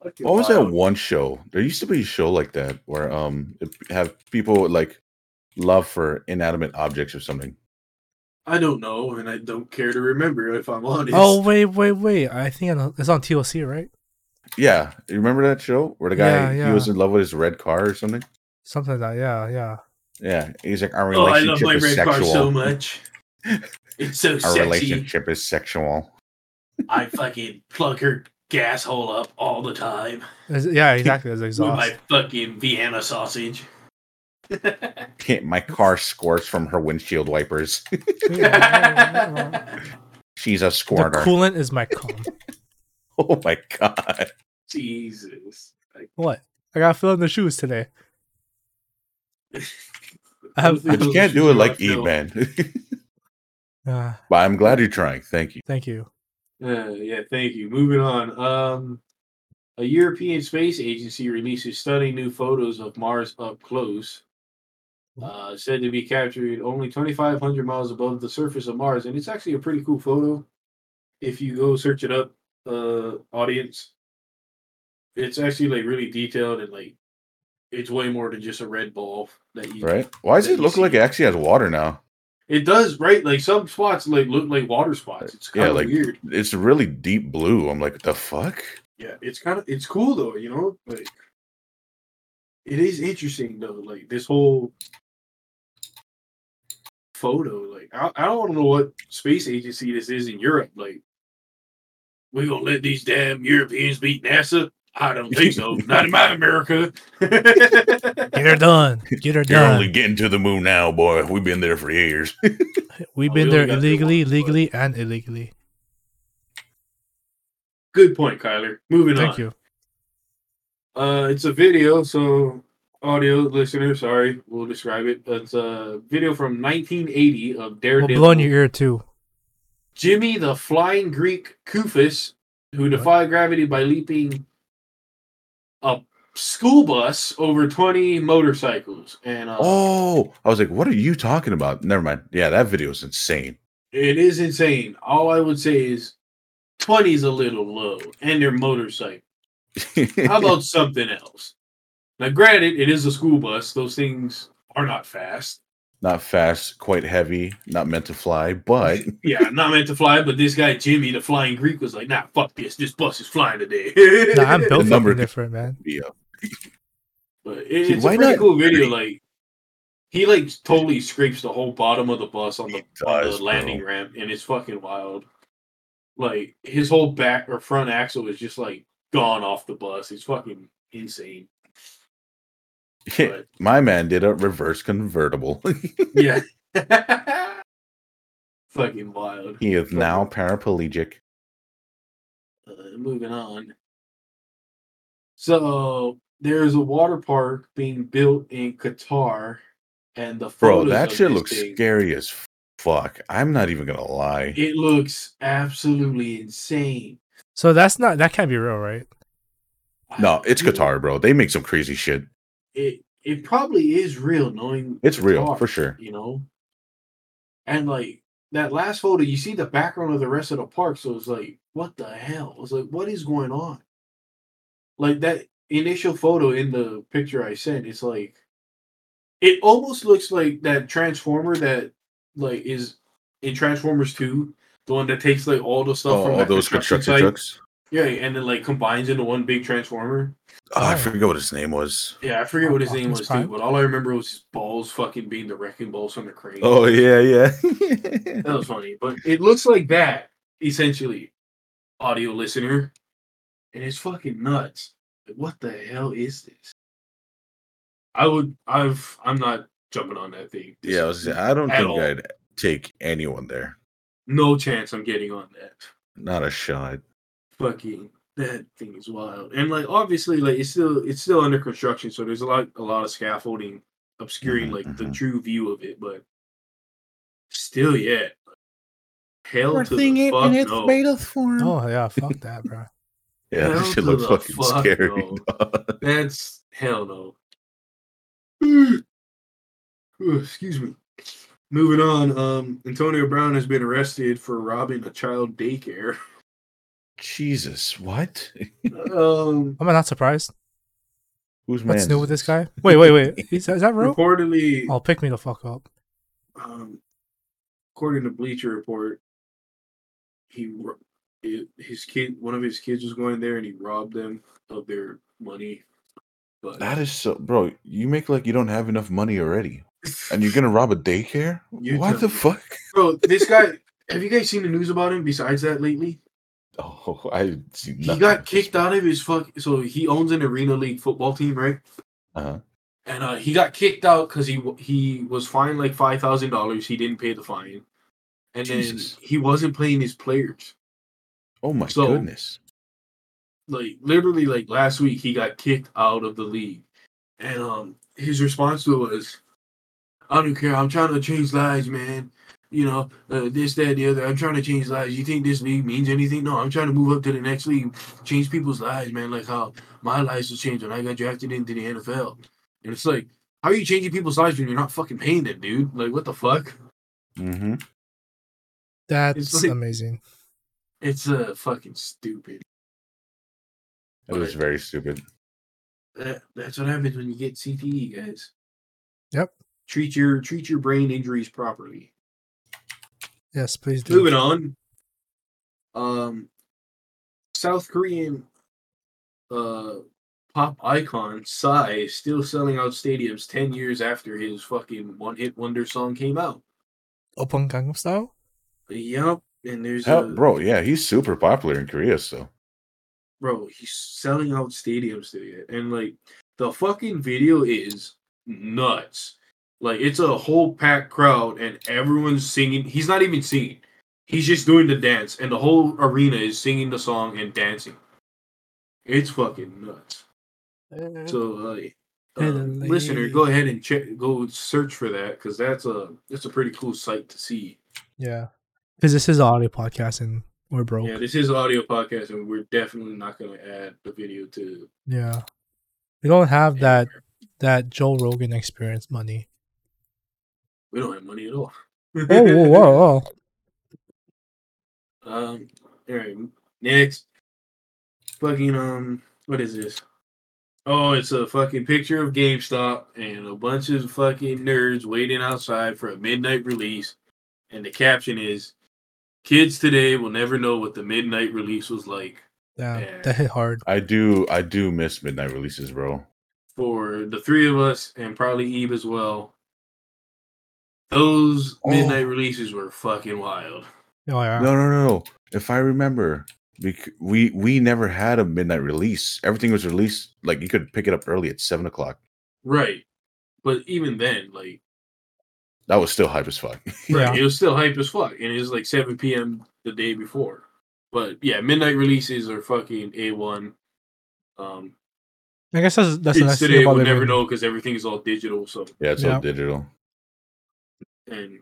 S3: Fucking
S2: What was that
S3: wild.
S2: one show? There used to be a show like that where um it have people with, like love for inanimate objects or something.
S3: I don't know, and I don't care to remember if I'm honest.
S1: Oh wait, wait, wait! I think I know- it's on TLC, right?
S2: Yeah, you remember that show where the guy
S1: Yeah, yeah.
S2: he was in love with his red car or something?
S1: Something like that. Yeah, yeah.
S2: Yeah, he's like our
S3: Oh, I love
S2: relationship
S3: my
S2: is
S3: red car
S2: sexual.
S3: so much. It's so
S2: [LAUGHS] our
S3: sexy.
S2: relationship is sexual.
S3: I fucking plug her gas hole up all the time
S1: It's- yeah, exactly. It's
S3: [LAUGHS] with my
S1: exhaust.
S3: fucking Vienna sausage.
S2: My car squirts from her windshield wipers. [LAUGHS]
S1: [LAUGHS] the
S2: She's a squirter.
S1: coolant is my cum.
S2: [LAUGHS] Oh my god.
S3: Jesus. Like,
S1: What? I gotta fill in the shoes today. I have.
S2: I can't do it like E Man. [LAUGHS]
S1: Uh,
S2: but I'm glad you're trying. Thank you.
S1: thank you.
S3: Uh, yeah, thank you. Moving on. Um, a European Space Agency releases stunning new photos of Mars up close. Uh, said to be captured only 2,500 miles above the surface of Mars, and it's actually a pretty cool photo. If you go search it up, uh, audience, it's actually like really detailed and like it's way more than just a red ball that you
S2: Right? Why does it look like it actually has water now?
S3: It does right like some spots like look like water spots. It's
S2: Yeah,
S3: kind of
S2: like-
S3: weird.
S2: It's really deep blue. I'm like, the fuck?
S3: yeah, it's kind of it's cool though, you know. Like, it is interesting though, like this whole photo. Like, I, I don't know what space agency this is in Europe. Like, we gonna let these damn Europeans beat NASA? I don't think so.
S1: [LAUGHS]
S3: Not in my America. [LAUGHS]
S1: Get her done. Get her
S2: You're
S1: done.
S2: only getting to the moon now, boy. We've been there for years.
S3: [LAUGHS]
S1: We've
S3: Oh,
S1: been
S3: we
S1: there
S3: only got
S1: illegally,
S3: two, but-
S1: legally, and illegally.
S3: Good point, Kyler. Moving on.
S1: Thank you.
S3: Uh, it's a video, so audio listener, sorry, we'll describe it. It's a video from 1980 of
S1: We'll
S3: Daredevil.
S1: blow
S3: [LAUGHS]
S1: in your ear too.
S3: Jimmy the Flying Greek Kufis, who defied gravity by leaping a school bus over 20 motorcycles. And uh,
S2: Oh, I was like, what are you talking about? Never mind. Yeah, that video is insane.
S3: it is insane. All I would say is 20 is a little low, and
S1: [LAUGHS]
S3: they're motorcycles. How about something else? Now, granted, it is a school bus, those things are not fast.
S2: [LAUGHS] not fast, quite heavy, not meant to
S3: [LAUGHS]
S2: fly, but
S3: Yeah, I'm not meant to fly, but this guy Jimmy, the flying Greek, was like, "Nah, fuck this. This bus is flying today."
S1: Nah, I'm
S3: [LAUGHS]
S1: built fucking
S2: number-
S1: different, man.
S2: yeah.
S3: But it,
S2: See,
S3: it's
S2: why
S3: a pretty
S2: not
S3: cool video. Like he like totally scrapes the whole bottom of the bus on the,
S2: He
S3: on
S2: does,
S3: the landing
S2: bro.
S3: ramp, and it's fucking wild. Like his whole back or front axle is just like gone off the bus. It's fucking
S2: [LAUGHS]
S3: insane. But
S2: my man did a reverse convertible. [LAUGHS]
S3: yeah, [LAUGHS] fucking wild.
S2: he is
S3: [LAUGHS]
S2: now paraplegic.
S3: uh, moving on. So there's a water park being built in Qatar, and the
S2: Bro,
S3: photos
S2: that
S3: of
S2: shit
S3: this
S2: looks
S3: thing-
S2: scary as fuck. I'm not even gonna lie.
S3: It looks absolutely insane.
S1: So that's not that can't be real, right?
S3: I-
S2: No, it's
S3: dude,
S2: Qatar, bro. They make some crazy shit.
S3: It it probably is real, knowing
S2: It's real
S3: Qatar,
S2: for sure.
S3: You know, and like that last photo, you see the background of the rest of the park. So it's like, what the hell? It's like, what is going on? Like that initial photo in the picture I sent. It's like, it almost looks like that transformer that like is in Transformers Two, the one that takes like all the stuff
S2: Oh,
S3: from
S2: all
S3: that
S2: those construction
S3: site.
S2: trucks.
S3: Yeah, and then like combines into one big transformer.
S2: Oh, I
S1: Oh.
S2: forget what his name was.
S3: Yeah, I forget what his name
S1: Optimus
S3: was
S1: Prime?
S3: too, but all I remember was his balls fucking being the wrecking balls from the crane.
S2: Oh yeah, yeah. [LAUGHS]
S3: that was funny. But it looks like that essentially, audio listener, and it's fucking nuts. Like, what the hell is this? I would. I've. I'm not jumping on that thing.
S2: yeah, I, was, gonna say, I don't
S3: At
S2: think
S3: all.
S2: I'd take anyone there.
S3: no chance. I'm getting on that.
S2: Not a shot.
S3: Fucking that thing is wild. And like obviously, like it's still it's still under construction, so there's a lot a lot of scaffolding obscuring
S2: Mhm,
S3: like the
S2: mhm.
S3: true view of it, but still, yeah. Hell to the fuck no.
S2: form.
S1: Oh yeah,
S3: [LAUGHS]
S1: fuck that, bro.
S2: Yeah, [LAUGHS]
S3: Hell
S2: that
S3: to
S2: shit looks
S3: the
S2: fucking
S3: fuck
S2: scary.
S3: no.
S2: [LAUGHS] dog.
S3: That's hell no. [SIGHS] Ooh, Excuse me. Moving on, um, Antonio Brown has been arrested for robbing a child daycare. [LAUGHS]
S2: Jesus, what? [LAUGHS]
S3: um,
S1: I'm not surprised.
S2: Who's my
S1: What's new with this guy? Wait, wait,
S3: [LAUGHS]
S1: wait. Is that, is that real?
S3: reportedly,
S1: Oh, pick me the fuck up.
S3: um, according to Bleacher Report, he ro- it, his kid, one of his kids, was going there and he robbed them of their money. But
S2: That is so, bro. You make like you don't have enough
S3: [LAUGHS]
S2: money already, and you're gonna rob a daycare?
S3: You
S2: what
S3: tell
S2: the
S3: me.
S2: fuck? [LAUGHS]
S3: bro, this guy. Have you guys seen the news about him? Besides that, lately,
S2: Oh, I see
S3: He got kicked out of his fuck. So he owns an arena league football team, right?
S2: Uh-huh.
S3: And uh, he got kicked out because he w- he was fined like five thousand dollars. He didn't pay the fine, and
S2: Jesus.
S3: then he wasn't playing his players.
S2: Oh my
S3: So-
S2: goodness.
S3: like literally like last week he got kicked out of the league and um his response to it was i don't care i'm trying to change lives man you know uh, this that the other i'm trying to change lives you think this league means anything no i'm trying to move up to the next league change people's lives man like how my lives was changed when i got drafted into the nfl and it's like how are you changing people's lives when you're not fucking paying them dude like what the fuck
S2: Mm-hmm.
S1: That's
S3: like-
S1: amazing.
S3: it's uh fucking stupid
S2: It was
S3: Right.
S2: very stupid.
S3: that, that's what happens when you get CTE, guys.
S1: Yep.
S3: Treat your treat your brain injuries properly.
S1: Yes, please do.
S3: Moving on. Um, South Korean uh pop icon Psy is still selling out stadiums ten years after his fucking one hit wonder song came out.
S1: Open Gangnam style.
S3: Yep. And there's
S2: Hell,
S3: a,
S2: bro, yeah, he's super popular in Korea, so
S3: bro, he's selling out stadiums today, and like the fucking video is nuts. Like it's a whole packed crowd, and everyone's singing. He's not even singing; he's just doing the dance, and the whole arena is singing the song and dancing. It's fucking nuts. So, uh, uh,
S1: Hello,
S3: listener,
S1: lady.
S3: go ahead and check, go search for that because that's a that's a pretty cool sight to see.
S1: yeah, because this is an audio podcast and we're broke.
S3: Yeah, this is an audio podcast, and we're definitely not going to add the video to
S1: Yeah. We don't have that that Joe Rogan experience
S3: [LAUGHS]
S1: money.
S3: We don't have money at all.
S1: Oh, whoa, whoa, whoa.
S3: [LAUGHS] Um, all right, next. Fucking um, what is this? Oh, it's a fucking picture of GameStop and a bunch of fucking nerds waiting outside for a midnight release, and the caption is, "Kids today will never know what the midnight release was like."
S1: Damn,
S3: Yeah.
S1: that hit hard.
S2: I do I do miss midnight releases, bro.
S3: For the three of us and probably Eve as well. Those midnight
S2: Oh.
S3: releases were fucking wild.
S1: Oh yeah.
S2: No, no, no. no. If I remember, bec- we we never had a midnight release. Everything was released like you could pick it up early at seven o'clock.
S3: Right. But even then, like
S2: That was still hype as fuck. [LAUGHS]
S1: Yeah.
S3: Right. It was still hype as fuck. And it was like 7 p.m. the day before. But yeah, midnight releases are fucking A1. Um,
S1: I guess that's that's the
S3: kids
S1: nice
S3: today
S1: thing about
S3: will
S1: living.
S3: never know because everything is all digital. So,
S2: yeah, it's
S1: Yeah.
S2: all digital.
S3: and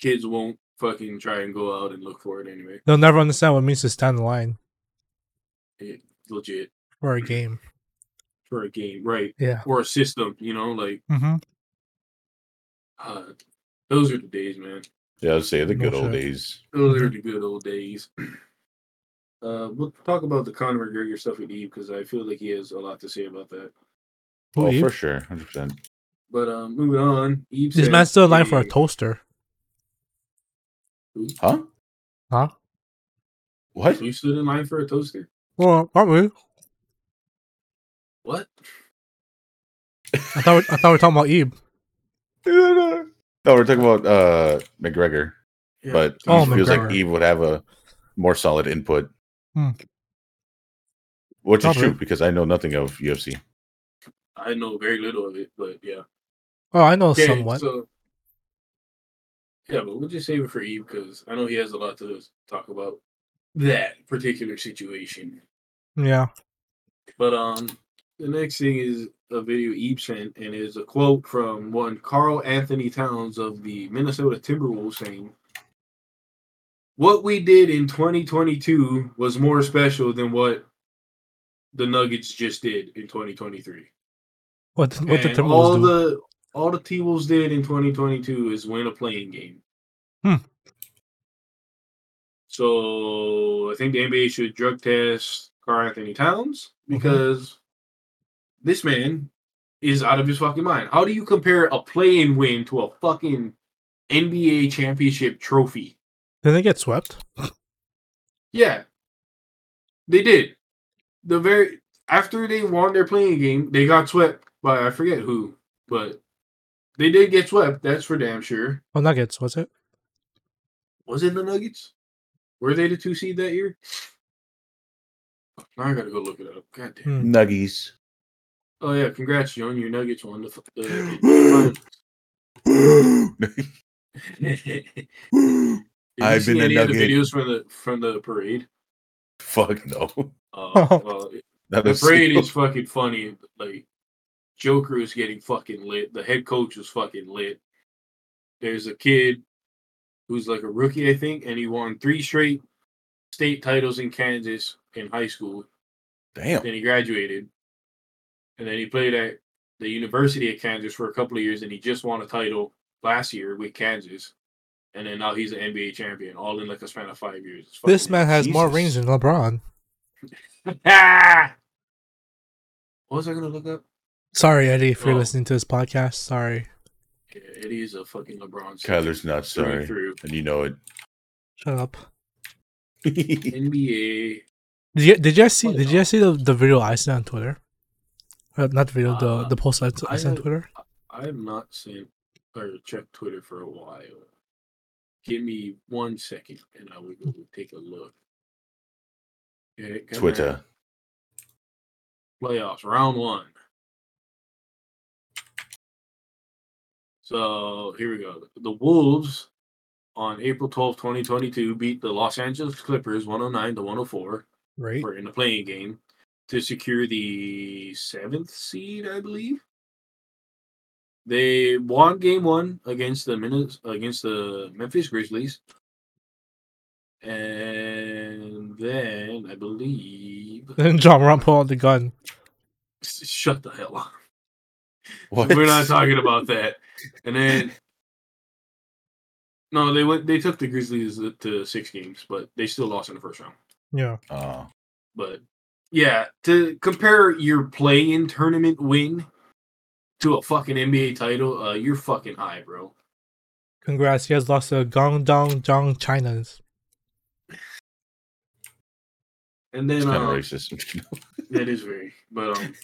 S3: kids won't fucking try and go out and look for it anyway.
S1: They'll never understand what it means to stand in line
S3: Legit
S1: for a game.
S3: for a game, right?
S1: Yeah.
S3: Or a system, you know, like
S1: Mm-hmm.
S3: uh, those are the days, man.
S2: Yeah, I'd say the
S1: No
S2: good old
S1: shit.
S2: days.
S3: Those are
S1: Mm-hmm.
S3: the good old days. Uh, we'll talk about the Conor McGregor stuff with Eve because I feel like he has a lot to say about that.
S1: Who
S2: oh,
S1: Eve?
S2: for sure, hundred percent.
S3: But um, moving on. Eve
S1: This
S3: says,
S1: man's still in line for a
S3: "Hey,
S1: toaster.
S2: Huh?
S1: Huh?
S2: What?
S3: You stood in line for a toaster?
S1: Well, aren't we?
S3: What?
S1: I thought we, I thought we were talking about Eve.
S2: no, Oh, we're talking about uh McGregor,
S3: Yeah.
S2: but he
S1: Oh,
S2: feels like
S1: McGregor.
S2: Eve would have a more solid input.
S1: Hmm.
S2: Which is
S1: Probably.
S2: true because I know nothing of UFC.
S3: I know very little of it, but yeah.
S1: Oh, I know
S3: Okay,
S1: somewhat.
S3: so yeah, but we'll just save it for Eve because I know he has a lot to talk about that particular situation.
S1: Yeah.
S3: But um, the next thing is a video Eve sent, and is a quote from one Carl Anthony Towns of the Minnesota Timberwolves saying, "What we did in 2022 was more special than what the Nuggets just did in 2023.
S1: What the, [LAUGHS] what the
S3: And
S1: Timberwolves
S3: all
S1: do?
S3: the all the T Wolves did in 2022 is win a playing game.
S1: Hmm.
S3: So I think the NBA should drug test Carl Anthony Towns because this man is out of his fucking mind. How do you compare a play-in win to a fucking NBA championship trophy?
S1: Did they get swept?
S3: Yeah, they did. The very after they won their playing game, they got swept by I forget who, but they did get swept. That's for damn sure.
S1: Oh, Nuggets was it?
S3: Was it the Nuggets? Were they the two seed that year? Fuck, Now I gotta go look it up. God damn.
S1: Hmm. [GASPS]
S2: Nuggies. [LAUGHS]
S3: Oh yeah, congrats, John. Your Nuggets won the. f- the
S2: [LAUGHS] I've
S3: I've
S2: been a
S3: any other
S2: nugget.
S3: videos from the from the parade.
S2: Fuck no.
S3: Uh, well,
S1: [LAUGHS]
S2: Not
S3: the
S2: a
S3: parade [LAUGHS]
S2: single-
S3: is fucking funny. Like Joker is getting fucking lit. The head coach is fucking lit. There's a kid who's like a rookie, I think, and he won three straight state titles in Kansas in high school.
S2: Damn.
S3: Then he graduated, and then he played at the University of Kansas for a couple of years, and he just won a title last year with Kansas. And then now he's an NBA champion, all in like a span of five years. It's
S1: This
S3: fucking-
S1: man has more
S2: Jesus.
S1: rings than LeBron.
S3: Ah! [LAUGHS] What was I gonna look up?
S1: Sorry, Eddie, if you're
S3: Oh.
S1: listening to this podcast. Sorry.
S3: Yeah, it is a fucking LeBron.
S2: [LAUGHS] Kyler's not
S3: through and
S2: sorry.
S3: Through
S2: And you know
S1: Shut up.
S3: [LAUGHS]
S2: it. [LAUGHS]
S3: NBA.
S1: Did you, did you guys see? Did you guys see the, the video I sent on Twitter? Uh, not the video, the
S3: Uh,
S1: the post I, I sent
S3: I-
S1: on Twitter.
S3: I have not seen or checked Twitter for a while. Give me one second, and I will go take a look. Yeah, come on.
S2: Twitter.
S3: playoffs, round one. So here we go. The Wolves on April twelfth, 2022, beat the Los Angeles Clippers 109 to 104
S1: Right.
S3: for in the playing game to secure the seventh seed, I believe. They won game one against the Minnes- against the Memphis Grizzlies, and then I believe [LAUGHS]
S1: [LAUGHS] Then John Ron pulled out the gun.
S3: shut the hell up.
S2: What?
S3: We're
S2: [LAUGHS]
S3: not talking about that. And then no, they went. They took the Grizzlies to six games, but they still lost in the first round.
S1: Yeah.
S2: Oh,
S3: But yeah, to compare your play-in tournament win to a fucking NBA title, uh, you're fucking high, bro.
S1: Congrats. He has lost to Gangdong Dong China's.
S3: And then
S2: it's kind
S3: um,
S2: of racist. [LAUGHS]
S3: That is very. But um,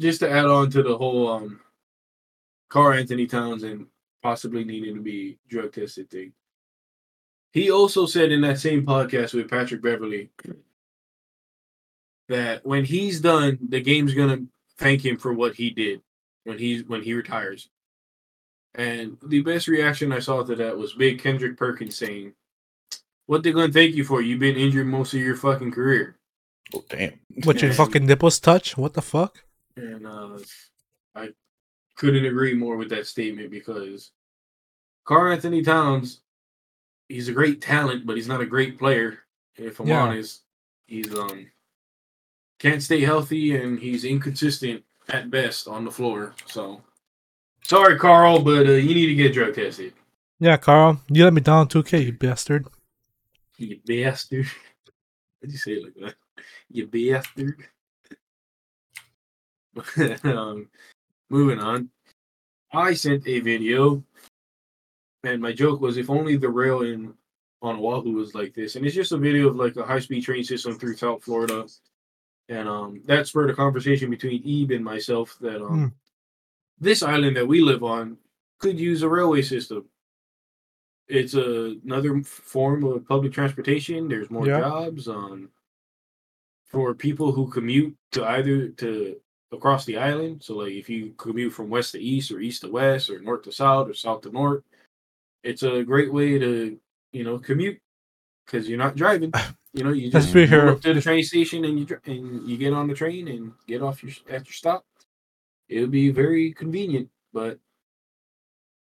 S3: just to add on to the whole um, Carl Anthony Towns and possibly needing to be drug tested thing. He also said in that same podcast with Patrick Beverly that when he's done, the game's gonna thank him for what he did when he's when he retires. And the best reaction I saw to that was Big Kendrick Perkins saying, "What they gonna thank you for? You've been injured most of your fucking career."
S2: oh, damn.
S1: What your [LAUGHS]
S3: Yeah.
S1: fucking nipples touch? What the fuck?
S3: And uh, I couldn't agree more with that statement because Carl Anthony Towns, he's a great talent, but he's not a great player. If I'm
S1: Yeah.
S3: honest, he's um can't stay healthy and he's inconsistent at best on the floor. So sorry, Carl, but uh, you need to get drug tested.
S1: Yeah, Carl, you let me down 2K, you bastard.
S3: You [LAUGHS] bastard. Why'd you say it like that? You bastard. [LAUGHS] um, moving on. I sent a video, and my joke was if only the rail in on Oahu was like this. And it's just a video of like a high speed train system through South Florida. And um, that spurred a conversation between Eve and myself that um,
S1: Hmm.
S3: this island that we live on could use a railway system it's a, another f- form of public transportation. There's more
S1: Yeah.
S3: jobs um, for people who commute to either to across the island. So, like if you commute from west to east, or east to west, or north to south, or south to north, it's a great way to you know commute because you're not driving. You know, you
S1: Let's
S3: just
S1: be
S3: pull
S1: here.
S3: up to the train station and you dr- and you get on the train and get off your at your stop. It would be very convenient, but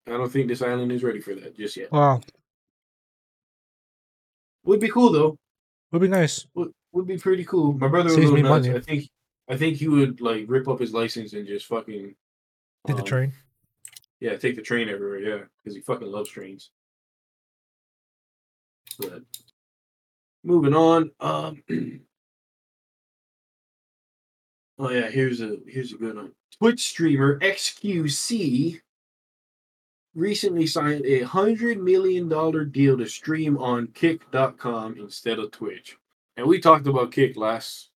S3: I don't think this island is ready for that just yet.
S1: Wow.
S3: Would be cool though.
S1: Would be nice.
S3: Would would be pretty cool. My brother would
S1: Saves
S3: go
S1: me
S3: nuts.
S1: money.
S3: I think I think he would like rip up his license and just fucking
S1: Hit the
S3: um,
S1: train.
S3: Yeah, take the train everywhere. Yeah, because he fucking loves trains. But moving on. Um. [CLEARS THROAT] oh yeah, here's a here's a good one. Twitch streamer XQC recently signed a hundred million dollar deal to stream on Kick.com instead of Twitch. And we talked about Kick last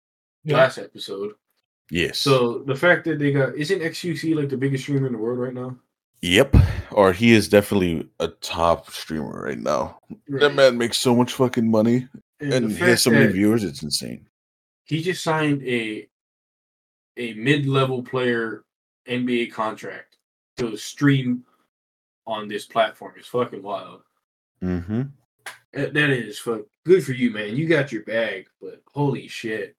S1: Yeah.
S3: last episode.
S2: Yes.
S3: So the fact that they got isn't XQC like the biggest streamer in the world right now?
S2: Yep. Or he is definitely a top streamer right now. That man makes so much fucking money
S3: And, the
S2: and he
S3: fact
S2: has so many
S3: that
S2: viewers, it's insane.
S3: He just signed a a mid level player NBA contract to stream on this platform. It's fucking wild.
S2: Mm-hmm.
S3: That, that is fuck good for you, man. You got your bag, but holy shit.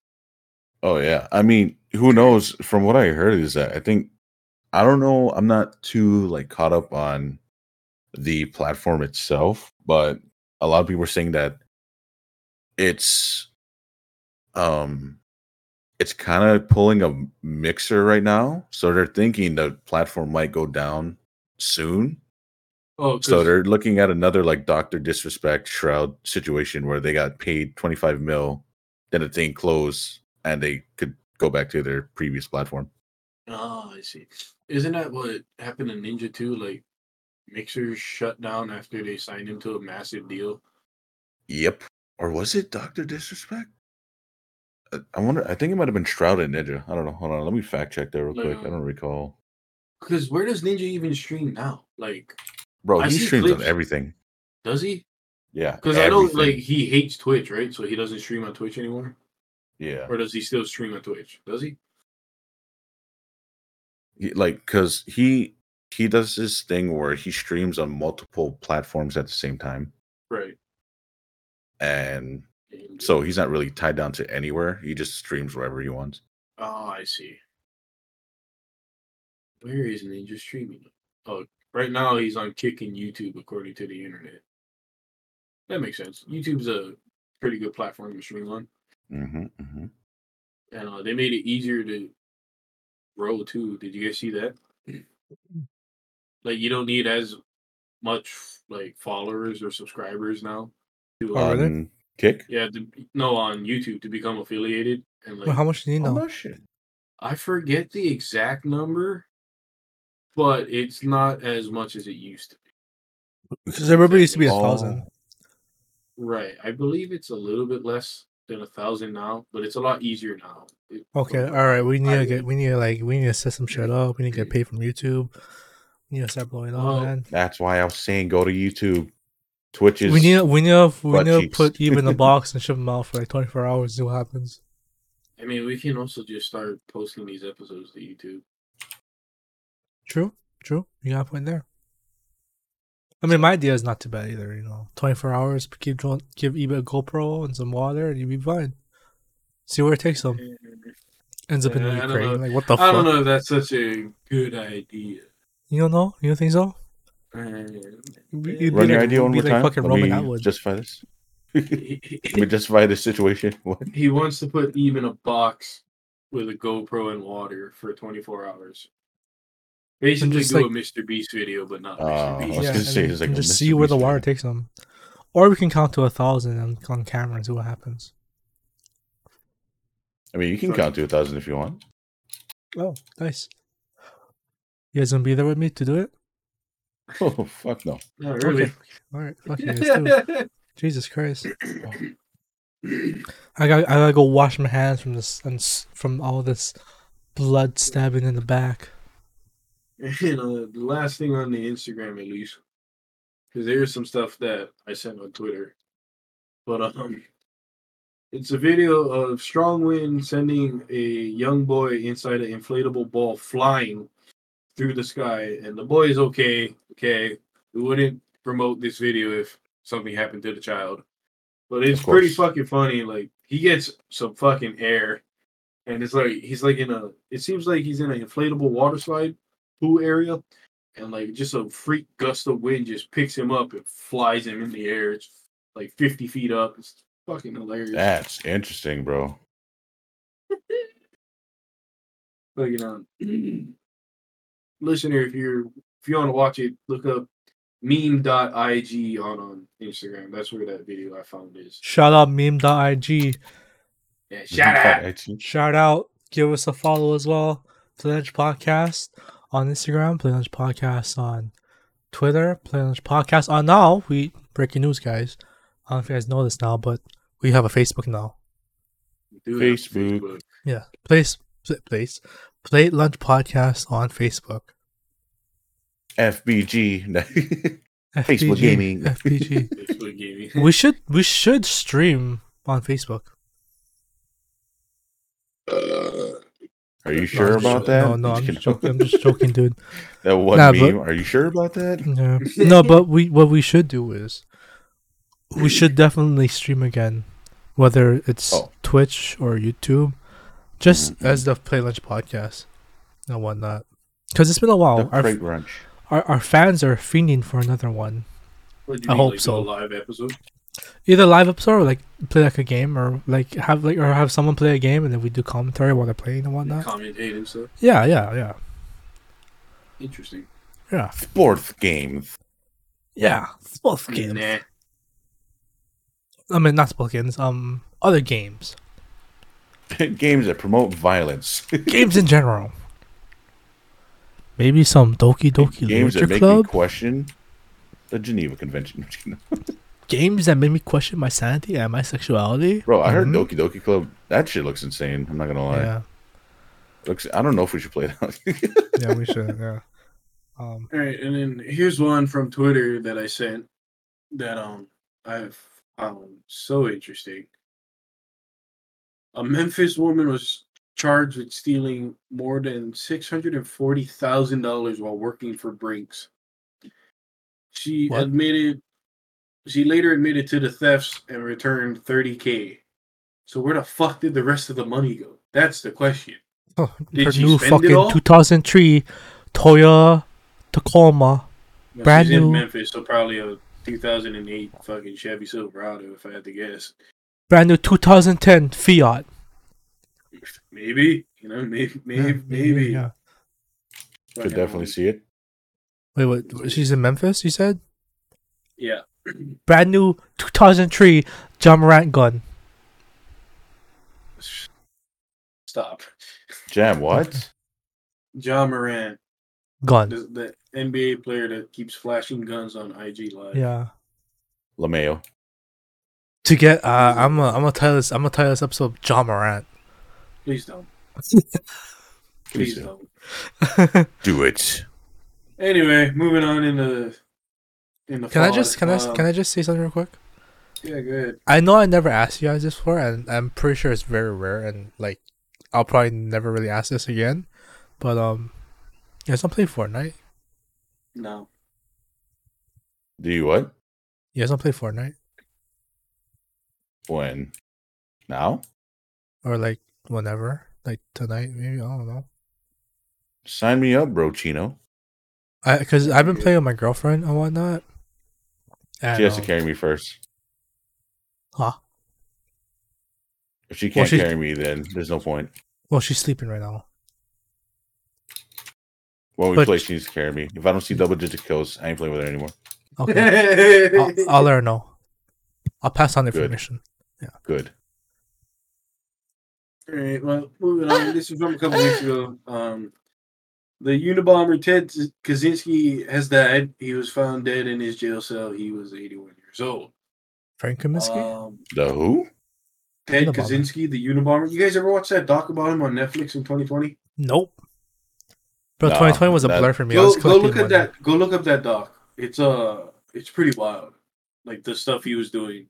S2: Oh yeah. I mean, who knows? From what I heard is that I think I don't know, I'm not too like caught up on the platform itself, but a lot of people are saying that it's um it's kind of pulling a mixer right now. So they're thinking the platform might go down soon.
S3: Oh,
S2: So
S3: 'cause-
S2: they're looking at another like Doctor Disrespect Shroud situation where they got paid 25 mil, then the thing closed, and they could go back to their previous platform.
S3: Oh, I see. Isn't that what happened to Ninja too? Like Mixer shut down after they signed him to a massive deal.
S2: Yep. Or was it Doctor Disrespect? I- I wonder. I think it might have been Shroud and Ninja. I don't know. Hold on. Let me fact check that real
S3: Like,
S2: quick. I
S3: uh,
S2: don't recall.
S3: Because where does Ninja even stream now? Like,
S2: Bro,
S3: I
S2: he
S3: see
S2: streams on
S3: clips.
S2: everything.
S3: does he?
S2: Yeah.
S3: Because I know
S2: everything.
S3: like he hates Twitch, right? So he doesn't stream on Twitch anymore.
S2: Yeah.
S3: Or does he still stream on Twitch? Does he?
S2: He- like because he he does this thing where he streams on multiple platforms at the same time,
S3: Right.
S2: and
S3: And-
S2: So he's not really tied down to anywhere. He just streams wherever he wants.
S3: Oh, I see. Where is Ninja streaming? Oh, right now he's on Kick and YouTube, according to the internet. That makes sense. YouTube's a pretty good platform to stream on.
S2: Mm-hmm, mm-hmm.
S3: and uh, they made it easier to roll too. Did you guys
S1: [CLEARS THROAT]
S3: see that? Like you don't need as much like followers or subscribers now. To,
S1: Oh,
S3: uh,
S1: really?
S2: Um, Kick?
S3: yeah, to, be- no, on YouTube to become affiliated and
S1: Wait,
S3: like
S1: how much do you
S2: Oh,
S1: know?
S2: no shit.
S3: I forget the exact number, but it's not as much as it used to be.
S1: Because everybody used to be a
S2: Oh.
S1: thousand.
S3: Right, I believe it's a little bit less than a thousand now, but it's a lot easier now. It-
S1: Okay, all right. We need
S3: I-
S1: to get. We need to like. We need to set some shit up. We need to get paid from YouTube. We need to start blowing up,
S3: Well,
S1: man.
S2: That's why I was saying go to YouTube. Twitch is
S1: We need. We need. to- We
S2: butt
S1: need to
S2: cheeks.
S1: put Eve in
S3: [LAUGHS]
S1: the box and ship them out for like twenty four hours. See what happens.
S3: I mean, we can also just start posting these episodes to YouTube.
S1: True. True. You got a point there. I mean, my idea is not too bad either. You know, twenty four hours. Keep drawing, give Eve a GoPro and some water, and you'll be fine. See where it takes them. Ends up in
S3: Yeah, I don't
S1: Ukraine.
S3: know.
S1: Like what the
S3: I
S1: fuck?
S3: don't know if that's such a good idea.
S1: You don't know? You don't think so?
S3: Um,
S1: You'd be- you'd
S3: Yeah.
S1: be
S2: Run your
S1: like-
S2: idea one
S1: be
S2: more
S1: like
S2: time.
S1: fucking
S2: Let
S1: Roman
S2: me
S1: Atwood.
S2: justify this. Let
S3: he,
S2: me
S3: he-
S2: justify this situation. [LAUGHS] What?
S3: he wants to put Eve in a box with a GoPro and water for 24 hours. Basically,
S1: just
S3: do a
S1: like-
S3: Mr. Beast video, but not
S2: Oh,
S3: Mr.
S2: I
S3: Beast.
S2: was gonna
S1: and
S2: say,
S1: then-
S2: it's like
S1: and
S2: a
S1: just
S2: Mr.
S1: see where the
S2: Beast
S1: water
S2: thing.
S1: takes them, or we can count to a thousand and on camera and see what happens.
S2: I mean, you can count to a thousand if you want. [LAUGHS]
S1: Oh, nice! You guys gonna be there with me to do it?
S2: Oh fuck no.
S3: Not really.
S1: Okay. All right, fuck you guys too. [LAUGHS] Jesus Christ! I got I gotta go wash my hands from this and s- from all this blood stabbing in the back.
S3: [LAUGHS] you know, the last thing on the Instagram, at least, because there's some stuff that I sent on Twitter. But um, it's a video of Strong Wind sending a young boy inside an inflatable ball flying through the sky, and the boy is okay. Okay, we wouldn't promote this video if something happened to the child, but it's
S2: Of course.
S3: pretty fucking funny. Like he gets some fucking air, and it's like he's like in a. It seems like he's in an inflatable water slide pool area, and like just a freak gust of wind just picks him up and flies him in the air. It's like fifty feet up. It's fucking hilarious.
S2: That's interesting, bro.
S3: But you know, [CLEARS THROAT] listener, if you're if you want to watch it, look up meme.ig on on Instagram. That's where that video I found is.
S1: Shout out meme.ig.
S3: Yeah, shout out.
S1: Shout out. Give us a follow as well. Play Lunch Podcast on Instagram. Play Lunch Podcast on Twitter. Play Lunch Podcast on now. We breaking news, guys. I don't know if you guys know this now, but we have a Facebook now.
S3: Do it on
S2: Facebook.
S1: Yeah, place place play Lunch Podcast on Facebook.
S2: FBG.
S1: FPG, [LAUGHS]
S2: Facebook gaming.
S1: FPG.
S3: That's what
S1: [LAUGHS]
S3: gave me.
S1: we should we should stream on Facebook.
S3: Uh,
S2: [LAUGHS] Are you
S3: No,
S2: sure
S1: I'm just-
S2: about that?
S1: No, no, I'm just
S2: Just kidding.
S1: joking. I'm just joking, dude.
S2: [LAUGHS] that one
S1: Nah, but-
S2: meme. Are you sure about that?
S1: Yeah. No, but we what we should do is we should definitely stream again, whether it's
S2: Oh.
S1: Twitch or YouTube, just
S2: Mhm.
S1: as the Play Lunch podcast and whatnot. Because it's been a while.
S2: The
S1: Our,
S2: freight Ranch.
S1: our our fans are fiending for another one,
S3: what do you
S1: I
S3: mean,
S1: hope
S3: like,
S1: so.
S3: A live episode.
S1: either live episode or like play like a game or like have like or have someone play a game and then we do commentary while they're playing and whatnot.
S3: Commentate and stuff.
S1: Yeah, yeah, yeah,
S3: Interesting.
S1: yeah,
S2: Sports games.
S1: yeah. Both games.
S3: Nah.
S1: I mean, not both games. Um, other games,
S2: [LAUGHS] games that promote violence. [LAUGHS]
S1: games in general. Maybe some Doki Doki
S2: games that
S1: Literature
S2: make
S1: Club.
S2: me question the Geneva Convention. [LAUGHS]
S1: games that made me question my sanity and my sexuality.
S2: Bro, I heard
S1: Mhm.
S2: Doki Doki Club. That shit looks insane. I'm not gonna lie.
S1: Yeah,
S2: Looks. I don't know if we should play [LAUGHS] that.
S1: yeah, we should. Yeah. Um, [LAUGHS]
S3: All right, and then here's one from Twitter that I sent that um I've found so interesting. A Memphis woman was charged with stealing more than six hundred and forty thousand dollars while working for Brinks. She
S1: What?
S3: admitted. She later admitted to the thefts and returned thirty k. So where the fuck did the rest of the money go? That's the question.
S1: oh,
S3: Did
S1: her
S3: she
S1: new
S3: spend it all?
S1: fucking 2003 Toyota Tacoma.
S3: Now,
S1: Brand
S3: she's
S1: new.
S3: in Memphis, so probably a 2008 fucking Chevy Silverado, if I had to guess.
S1: brand new 2010 Fiat.
S3: Maybe, you know, maybe, maybe, maybe.
S1: yeah.
S2: should
S3: Fucking,
S2: definitely see it.
S1: Wait, what? She's in Memphis. You said
S3: Yeah,
S1: brand new 2003 John Morant gun.
S3: stop.
S2: Jam, what?
S3: John Moran,
S1: Gun.
S3: the, the NBA player that keeps flashing guns on IG Live.
S1: Yeah.
S2: Lameo.
S1: To get, uh, I'm gonna, I'm gonna title this. I'm gonna title this episode John Morant.
S3: Please
S1: [LAUGHS]
S3: don't.
S2: Please
S3: Please
S2: do.
S3: don't.
S2: Do it.
S3: Anyway, moving on in the in the.
S1: Can I just can I
S3: Um,
S1: s- can I just say something real quick?
S3: Yeah, go ahead.
S1: I know I never asked you guys this before, and I'm pretty sure it's very rare, and like I'll probably never really ask this again. But um, you guys don't play Fortnite.
S3: No,
S2: Do you what?
S1: You guys don't play Fortnite
S2: When? Now?
S1: or like whenever, like tonight maybe. I don't know.
S2: Sign me up, bro, Chino.
S1: I because I've been
S3: Yeah.
S1: playing with my girlfriend and whatnot. And,
S2: She has to
S1: um,
S2: carry me first.
S1: Huh?
S2: If she
S1: Well,
S2: can't
S1: she's-
S2: carry me, then there's no point.
S1: Well, she's sleeping right now.
S2: When we
S1: But-
S2: play, she needs to carry me. If I don't see double digit kills, I ain't playing with her anymore.
S1: Okay,
S3: [LAUGHS]
S1: I'll, I'll let her know. I'll pass on the
S2: Good.
S1: information.
S2: Good.
S3: All right, well, moving on. This is from a couple weeks ago. Um, the Unabomber Ted Kaczynski has died. He was found dead in his jail cell. He was 81 years old.
S1: Frank Kaminsky.
S3: Um,
S2: The who?
S3: Ted
S1: Unabomber.
S3: Kaczynski, the Unabomber. You guys ever watch that doc about him on Netflix in 2020?
S1: nope. Bro,
S2: Nah,
S1: 2020 was a
S2: that-
S1: blur for me. I
S3: go
S1: was
S3: go
S1: collecting
S3: look at
S1: money.
S3: that. Go look up that doc. It's uh, it's pretty wild. Like the stuff he was doing.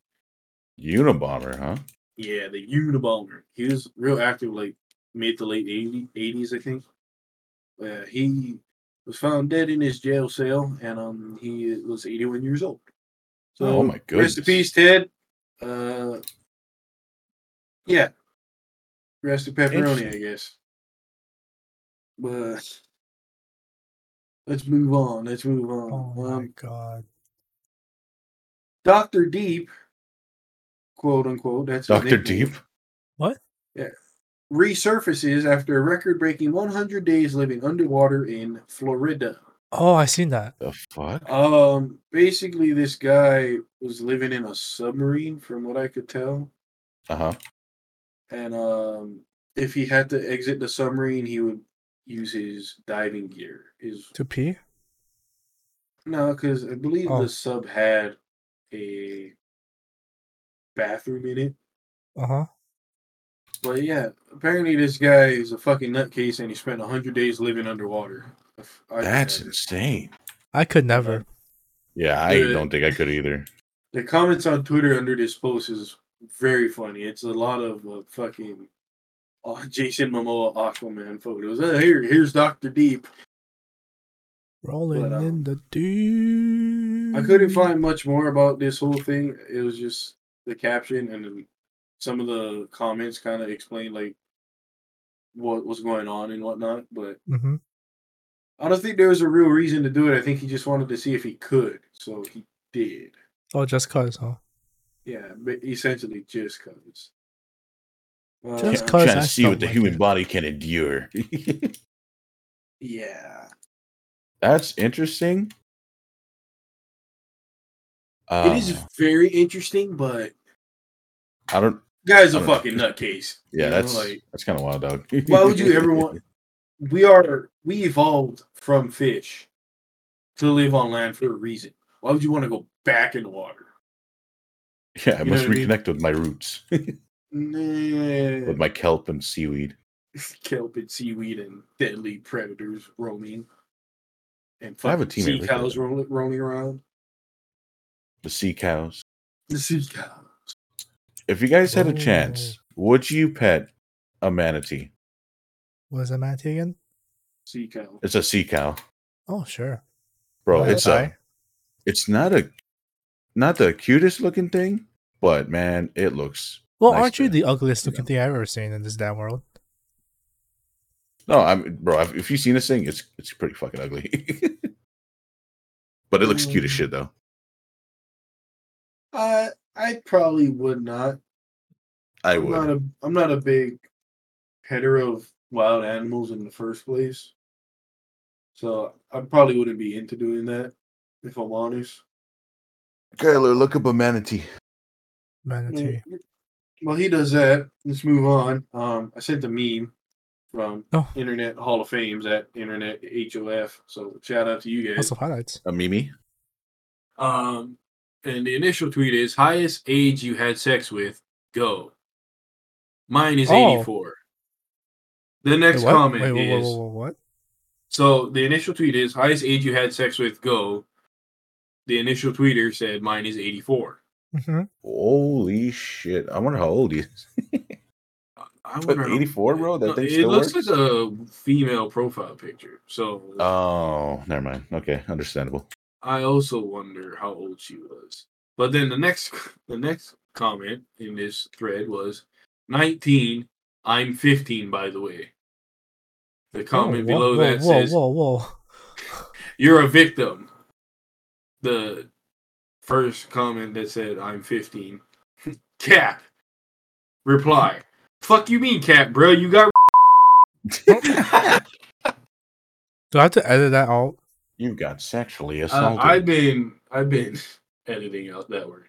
S2: Unabomber, huh?
S3: Yeah, the Unabomber. He was real active, like mid to late 80, 80s, I think. Uh, he was found dead in his jail cell, and um, he was 81 years old. So,
S2: Oh my
S3: Rest in
S2: goodness.
S3: peace, Ted. Uh, yeah. Rest in pepperoni, I
S2: Interesting.
S3: guess. But let's move on. Let's move on.
S1: Oh
S3: um,
S1: my god.
S3: Dr. Deep, quote unquote, that's his
S2: Dr.
S3: nickname.
S2: Deep?
S3: resurfaces after a record breaking 100 days living underwater in Florida.
S1: Oh, I seen that.
S2: The fuck?
S3: Um, basically, this guy was living in a submarine, from what I could tell.
S2: Uh huh.
S3: And um, if he had to exit the submarine, he would use his diving gear. His
S1: To pee.
S3: no, because I believe
S1: Oh.
S3: the sub had a bathroom in it.
S1: Uh huh.
S3: But yeah, apparently this guy is a fucking nutcase, and he spent 100 days living underwater. I- I-
S2: That's insane.
S1: I could never.
S2: Yeah, I
S3: Dude.
S2: don't think I
S1: [LAUGHS]
S2: could either.
S3: The comments on Twitter under this post is very funny. It's a lot of uh, fucking uh, Jason Momoa Aquaman photos. Uh, here, here's Doctor Deep.
S1: Rolling
S3: But, um,
S1: in the deep.
S3: I couldn't find much more about this whole thing. It was just the caption and then some of the comments kind of explained like what was going on and whatnot. But
S1: hmm
S3: I don't think there was a real reason to do it. I think he just wanted to see if he could, so he did.
S1: Oh, just cause, huh?
S3: Yeah, but essentially just cause. Uh,
S1: Just
S2: I'm
S1: Cause
S2: trying
S1: I
S2: to see what
S1: felt
S2: the
S1: like
S2: human
S1: it.
S2: body can endure. [LAUGHS]
S3: Yeah.
S2: That's interesting. Uh,
S3: It is
S2: Um,
S3: very interesting, but
S2: I don't.
S3: guy's a
S2: I don't-
S3: fucking nutcase. you
S2: Oh, Yeah,
S3: know,
S2: that's [LAUGHS]
S3: like
S2: that's kind of wild, dog.
S3: why would you
S2: [LAUGHS]
S3: ever want? We are we evolved from fish to live on land for a reason. Why would you want to go back in the water?
S2: Yeah, I
S3: you know
S2: must
S3: what I mean?
S2: reconnect with my roots,
S3: Nah,
S2: with my kelp and seaweed.
S3: [LAUGHS] kelp and seaweed and deadly predators roaming, and
S2: I have a
S3: fucking
S2: teammate
S3: sea
S2: like that.
S3: cows ro- roaming around.
S2: The sea cows.
S3: The sea cow.
S2: If you guys had a
S1: Oh.
S2: chance, would you pet a manatee?
S1: Was it Matty again?
S3: Sea cow.
S2: It's a sea cow,
S1: Oh, sure.
S2: bro.
S1: Why
S2: It's
S1: would
S2: a.
S1: I?
S2: It's not a. Not the cutest looking thing, but man, it looks.
S1: Well,
S2: nice
S1: aren't you
S2: there.
S1: the ugliest looking
S2: know.
S1: thing I've ever seen in this damn world?
S2: No, I'm bro. If if you've seen this thing, it's it's pretty fucking ugly. [LAUGHS] but it looks cute as shit though.
S3: Uh, I probably would not.
S2: I
S3: I'm not
S2: would.
S3: a I'm not a big header of wild animals in the first place. So I probably wouldn't be into doing that if I'm honest.
S2: Kyler, look up a manatee.
S1: Manatee.
S3: Mm. Well he does that. Let's move on. Um I sent a meme from
S1: Oh.
S3: Internet Hall of Fames at Internet HOF. So shout out to you guys.
S1: Lots of highlights.
S2: A mimi.
S3: Um and the initial tweet is highest age you had sex with, go. Mine is
S1: Oh.
S3: 84. The next
S1: Wait, what?
S3: comment
S1: Wait, whoa,
S3: is
S1: whoa, whoa, whoa, what?
S3: So the initial tweet is highest age you had sex with go. The initial tweeter said mine is 84.
S1: hmm
S2: Holy shit! I wonder how old he is. [LAUGHS]
S3: I- I
S2: But
S3: wonder how-
S2: 84, bro. That
S3: No,
S2: thing
S3: it
S2: still
S3: looks
S2: works.
S3: like a female profile picture. So
S2: Oh, never mind. Okay, understandable. [LAUGHS]
S3: I also wonder how old she was. But then the next [LAUGHS] the next comment in this thread was 19. I'm 15, by the way. The comment
S1: whoa,
S3: below
S1: whoa,
S3: that
S1: whoa,
S3: says
S1: whoa, whoa,
S3: you're a victim. The first comment that said, I'm 15. [LAUGHS] Cap. Reply. Fuck you mean, Cap, bro? You
S1: Uh,
S3: got.
S1: Do I have to edit that out?
S2: you got sexually
S3: Uh,
S2: assaulted.
S3: I've been. I've been [LAUGHS] editing out that word.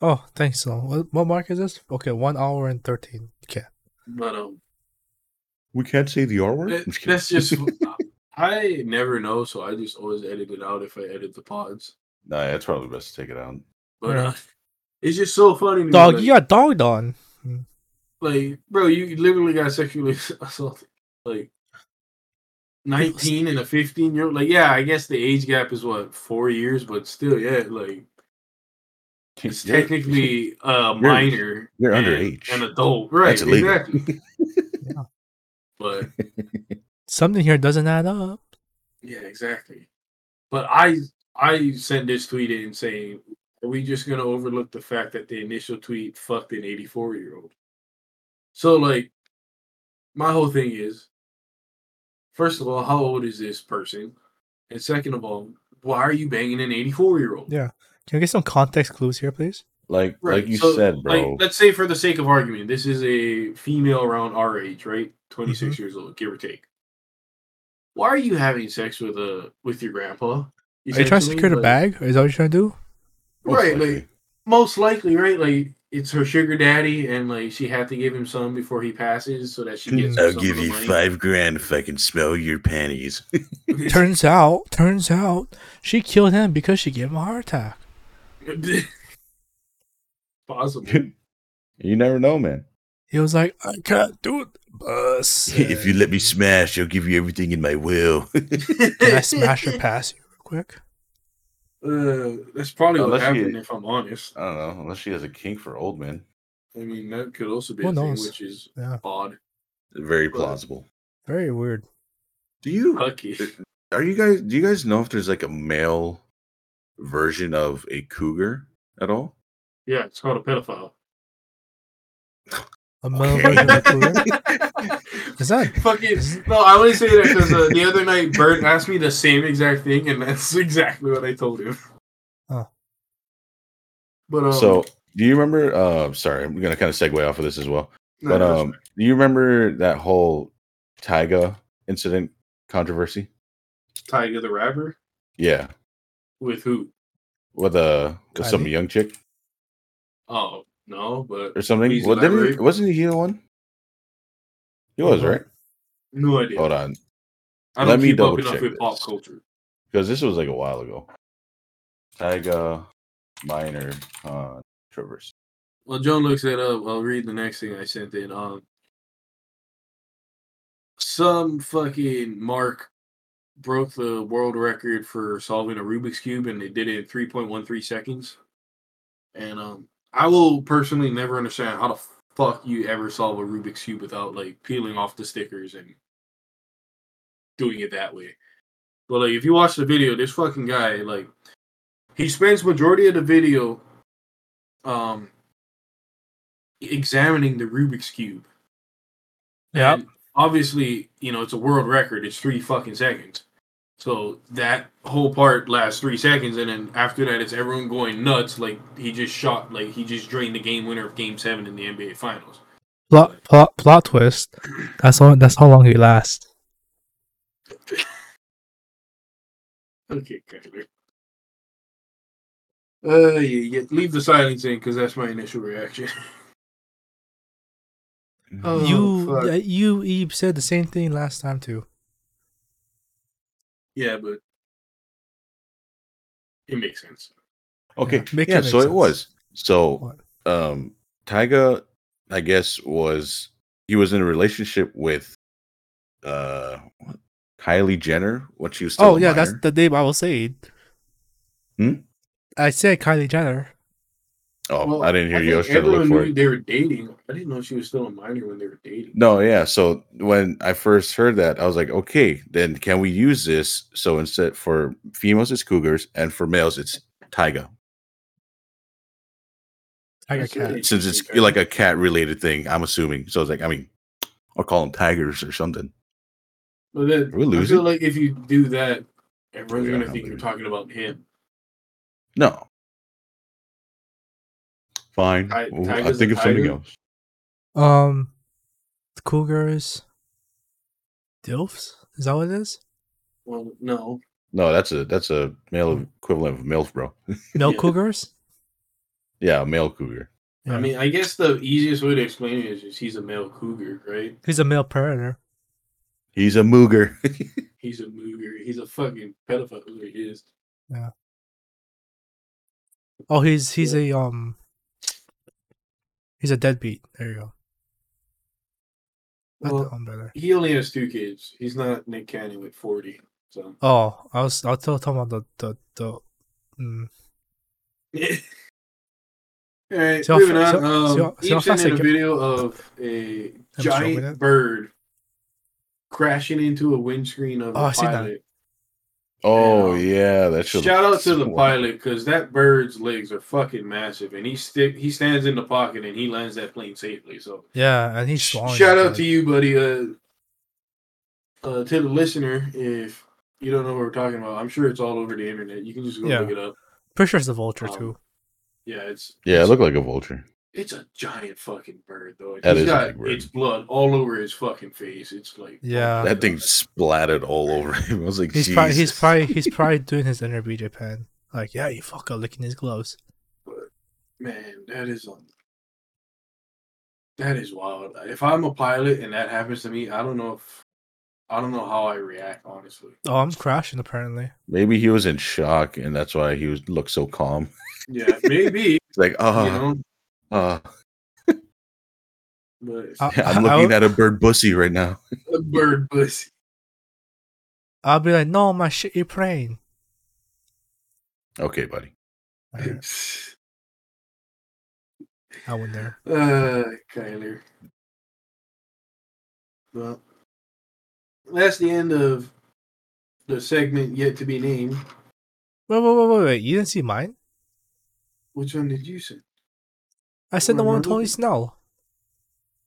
S1: Oh, thanks. So, what, what mark is this? Okay, one hour and thirteen. Okay.
S3: But um,
S2: we can't say the R word.
S3: that-
S2: I'm just kidding.
S3: that's just. I never know, so I just always edit it out if I edit the pods.
S2: [LAUGHS] nah, that's probably best to take it out.
S3: But
S1: Yeah.
S3: uh, it's just so funny. to me,
S1: Dog,
S3: like-
S1: you got dogged on.
S3: Like, bro, you literally got sexually [LAUGHS] assaulted. Like, 19 and a 15 year old. Like, yeah, I guess the age gap is what, four years, but still, yeah, like, it's
S2: You're- [LAUGHS]
S3: technically a
S2: you're-
S3: minor.
S2: you're
S3: and
S2: underage.
S3: An adult, right?
S2: That's illegal. [LAUGHS]
S3: Exactly.
S1: Yeah.
S3: But,
S1: Something here doesn't add up.
S3: yeah, exactly. But I, I sent this tweet in saying, are we just going to overlook the fact that the initial tweet fucked an 84 year old? So, like, my whole thing is first of all, how old is this person? And second of all, why are you banging an 84 year old?
S1: Yeah. Can I get some context clues here, please?
S2: like like you
S3: so,
S2: said, bro.
S3: Like, let's say, for the sake of argument, this is a female around our age, right? 26
S1: Mm-hmm.
S3: years old, give or take. Why are you having sex with a with your grandpa?
S1: Are you trying to
S3: essentially?
S1: secure the
S3: Like-
S1: bag? Is that what you're trying to do?
S2: Most
S3: right?
S2: likely.
S3: Like most likely, right? Like it's her sugar daddy, and like she had to give him some before he passes, so that she gets. him
S2: I'll
S3: some
S2: give
S3: of the
S2: you
S3: money.
S2: five grand if I can smell your panties.
S1: turns out, turns out, she killed him because she gave him a heart attack.
S3: [LAUGHS] Possible.
S2: you never know, man.
S1: He was like, I can't do it, boss.
S2: [LAUGHS] If you let me smash, I'll give you everything in my will.
S3: [LAUGHS]
S1: Can I smash or pass you real quick?
S3: Uh, that's probably what
S2: Unless you-
S3: happened. If I'm honest,
S2: I don't know. Unless she has a kink for old men,
S3: I mean that could also be
S1: Who
S3: a thing,
S1: knows?
S3: which is
S1: Yeah,
S3: odd.
S2: very
S3: But-
S2: plausible.
S1: very weird.
S2: Do you
S3: Lucky.
S2: are you guys do you guys know if there's like a male version of a cougar at all?
S3: Yeah, it's called a pedophile.
S1: A male
S2: Okay.
S1: version of Cougar? Is that
S3: [LAUGHS]
S2: [LAUGHS]
S3: Fucking no! I only say that because uh, the other night Bert asked me the same exact thing, and that's [LAUGHS] exactly what I told him.
S1: Huh.
S3: But um,
S2: so do you remember uh sorry, I'm gonna kind of segue off of this as well.
S3: no,
S2: But
S3: that's-
S2: um do you remember that whole Tyga incident controversy?
S3: Tyga the rapper
S2: Yeah.
S3: with who?
S2: With uh with some
S1: Kylie?
S2: young chick
S3: Oh no, but
S2: or something.
S3: Please
S2: Well, didn't,
S3: elaborate.
S2: wasn't he the one? He was,
S1: Uh-huh.
S2: right?
S3: no idea.
S2: Hold on.
S3: I don't
S2: let me
S3: keep
S2: double
S3: up enough
S2: check
S3: with pop
S2: this.
S3: culture.
S2: because this was like a while ago. Tyga minor uh, controversy.
S3: Well, Joan looks it up. I'll read the next thing I sent in. Um, some fucking Mark broke the world record for solving a Rubik's cube, and they did it in three point one three seconds. And um, I will personally never understand how the fuck you ever solve a Rubik's cube without like peeling off the stickers and doing it that way. But like, if you watch the video, this fucking guy like he spends majority of the video um examining the Rubik's cube.
S1: Yeah.
S3: And obviously, you know, it's a world record. It's three fucking seconds. So that whole part lasts three seconds, and then after that, it's everyone going nuts. Like he just shot, like he just drained the game winner of Game Seven in the NBA Finals.
S1: plot plot plot twist? That's all. That's how long he lasts.
S3: Okay, Kyler. Uh, yeah, yeah. Leave the silence in because that's my initial reaction. [LAUGHS] Oh,
S1: you
S3: fuck.
S1: uh, you you said the same thing last time too.
S3: yeah, but it makes sense.
S2: Okay,
S1: Yeah, make
S2: yeah,
S1: it make
S2: so it
S1: sense.
S2: was. So,
S1: What?
S2: um, Tyga, I guess, was he was in a relationship with, uh, what- Kylie Jenner when she was still.
S1: oh
S2: a
S1: yeah, that's
S2: minor.
S1: the name I was saying.
S2: Hmm?
S1: I said Kylie Jenner.
S2: Oh,
S3: Well,
S2: I didn't hear you. I was
S3: think
S2: trying to look
S3: everyone
S2: for
S3: knew
S2: it.
S3: They were dating. I didn't know she was still a minor when they were dating.
S2: No, yeah. So when I first heard that, I was like, okay, then can we use this? So instead, for females, it's cougars, and for males, it's Tyga.
S1: Tiger
S3: That's
S1: Cat.
S3: it.
S2: since it's like a cat related thing, I'm assuming. So it's like, I mean, I'll call them tigers or something.
S3: But then
S2: We're
S3: I
S2: losing.
S3: feel like if you do that, everyone's
S2: Yeah,
S3: gonna
S2: I'm
S3: think you're
S2: losing.
S3: talking about him.
S2: No. Fine.
S3: Ti-
S2: Ooh, I
S3: tiger's a
S2: think of something
S3: tiger?
S2: else.
S1: Um, cougars, dilfs. Is that what it
S3: [LAUGHS]
S1: is?
S3: Well, no.
S2: No, that's a that's a
S3: Hmm.
S2: male equivalent of MILF, bro.
S1: No
S3: Yeah.
S1: cougars.
S2: Yeah, a male cougar.
S1: Yeah.
S3: I mean, I guess the easiest way to explain it is just he's a male cougar, right?
S1: He's a male predator.
S2: He's a mooger. [LAUGHS]
S3: He's a mooger. He's a fucking pedophile. is what He is.
S1: Oh, he's he's a um. He's a deadbeat. There you go. Not
S3: Well,
S1: the one better.
S3: he only has two kids. He's not Nick Cannon with forty. So [LAUGHS]
S1: Oh, I was I was still talking about the the the. Mm.
S3: All right,
S1: See how
S3: moving
S1: fa-
S3: on. Um,
S1: see how- see how
S3: Ian sent
S1: fast I
S3: in a
S1: can-
S3: video of a
S1: I'm showing
S3: giant
S1: it.
S3: bird crashing into a windscreen of
S1: Oh,
S3: a
S1: I seen that.
S3: pilot.
S2: oh
S3: Yeah.
S2: yeah, that's
S3: Shout out to the pilot because that bird's legs are fucking massive, and he stick he stands in the pocket and he lands that plane safely. So
S1: Yeah, and he's swallowing.
S3: shout
S1: it,
S3: out
S1: like-
S3: to you, buddy. Uh, uh, to the listener, if you don't know what we're talking about, I'm sure it's all over the internet. You can just go
S1: Yeah.
S3: look it up.
S1: Pretty sure it's the vulture
S3: Um,
S1: too.
S3: Yeah, it's
S2: Yeah, it
S3: it's-
S2: looked like a vulture.
S3: It's a giant fucking bird, though.
S2: That
S3: He's
S2: is a
S3: got
S2: big bird.
S3: its blood all over his fucking face. It's like oh,
S1: Yeah.
S2: That thing splattered all over him. I was like,
S1: He's probably he's
S2: Jesus.
S1: probably
S3: [LAUGHS]
S1: he's probably doing his inner BJ Penn. Like, yeah, you fucker licking his gloves.
S3: man, that is on. That is wild. If I'm a pilot and that happens to me, I don't know if I don't know how I react. Honestly,
S1: Oh, I'm crashing apparently.
S2: Maybe he was in shock, and that's why he was looked so calm.
S3: yeah, maybe
S2: It's like, ah,
S3: you know,
S2: ah,
S3: but
S1: I-
S2: [LAUGHS] I'm looking
S1: I-
S2: at a bird pussy right now.
S3: [LAUGHS] a bird pussy.
S1: I'll be like, no, my shit, you're praying.
S2: Okay, buddy.
S3: [LAUGHS]
S1: I, I went there.
S3: Uh, Kyler. Well, that's the end of the segment yet to be named.
S1: Wait, wait, wait, wait, wait. You didn't see mine?
S3: Which one did you send?
S1: I said the one with
S3: Remember
S1: Tony
S3: the-
S1: Snell.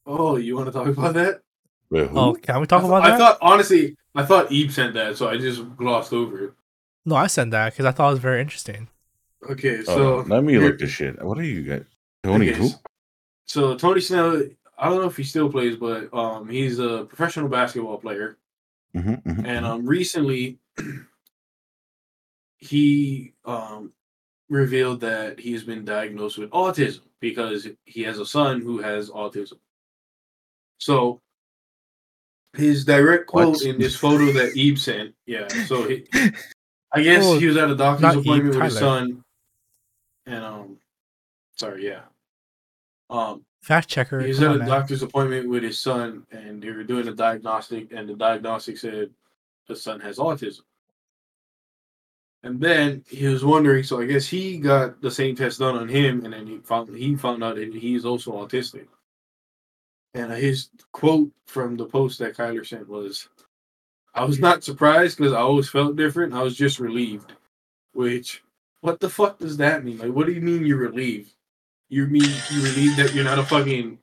S3: Oh, you want to talk about that?
S2: Wait, who?
S1: Oh, can we talk
S3: I,
S1: about
S3: I
S1: that?
S3: thought honestly, I thought Eve sent that, so I just glossed over it.
S1: no, I sent that because I thought it was very interesting.
S3: Okay, so
S2: Oh, let me
S3: here-
S2: look this shit. What are you guys? Tony,
S3: Okay,
S2: who?
S3: s- So Tony Snell, I don't know if he still plays, but um, he's a professional basketball player,
S2: Mhm,
S1: Mm-hmm.
S2: mhm,
S3: and
S2: mhm.
S3: um, recently [CLEARS THROAT] he um revealed that he has been diagnosed with autism because he has a son who has autism. So his direct quote
S2: What?
S3: in this photo that Eve sent, yeah. So he,
S1: [LAUGHS]
S3: I guess
S1: Oh,
S3: he was at a doctor's
S1: not Eve,
S3: appointment with his
S1: Tyler.
S3: son, and um, sorry, yeah. Um,
S1: Fact checker.
S3: he was
S1: come
S3: at
S1: on,
S3: a
S1: man.
S3: doctor's appointment with his son, and they were doing a diagnostic, and the diagnostic said the son has autism. And then he was wondering, so I guess he got the same test done on him, and then he found he found out that he's also autistic. And his quote from the post that Kyler sent was, "I was not surprised because I always felt different. I was just relieved." Which, what the fuck does that mean? Like, what do you mean you're relieved? You mean you relieved that you're not a fucking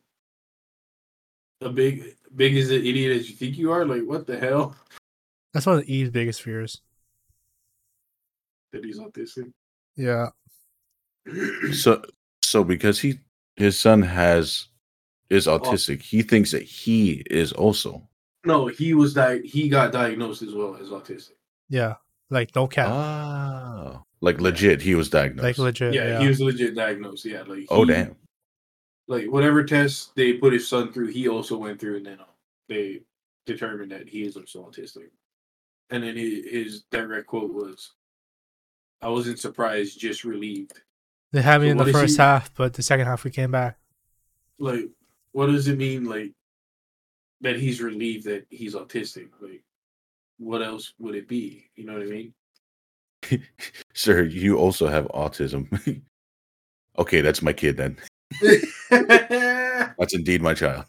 S3: a big big as an idiot as you think you are? Like what the hell?
S1: That's one of Eve's biggest fears.
S3: That he's autistic.
S1: Yeah.
S2: So, so because he his son has is autistic, he thinks that he is also.
S3: no, he was di- he got diagnosed as well as autistic.
S1: Yeah. Like, no cap.
S2: Ah, like legit, he was
S1: like,
S2: diagnosed.
S1: legit.
S3: yeah,
S1: Yeah.
S3: he was legit diagnosed. Yeah, like
S2: oh
S3: he-
S2: damn!
S3: Like whatever test they put his son through, he also went through, and then uh, they determined that he is also autistic. And then his, his direct quote was, "I wasn't surprised, just relieved."
S1: they had me
S3: So
S1: in the
S3: what is
S1: first
S3: he-
S1: half, but the second half we came back.
S3: Like, what does it mean? Like that he's relieved that he's autistic. Like, what else would it be? You know what I mean?
S2: Sir, you also have autism. [LAUGHS] okay, that's my kid then. That's indeed my child.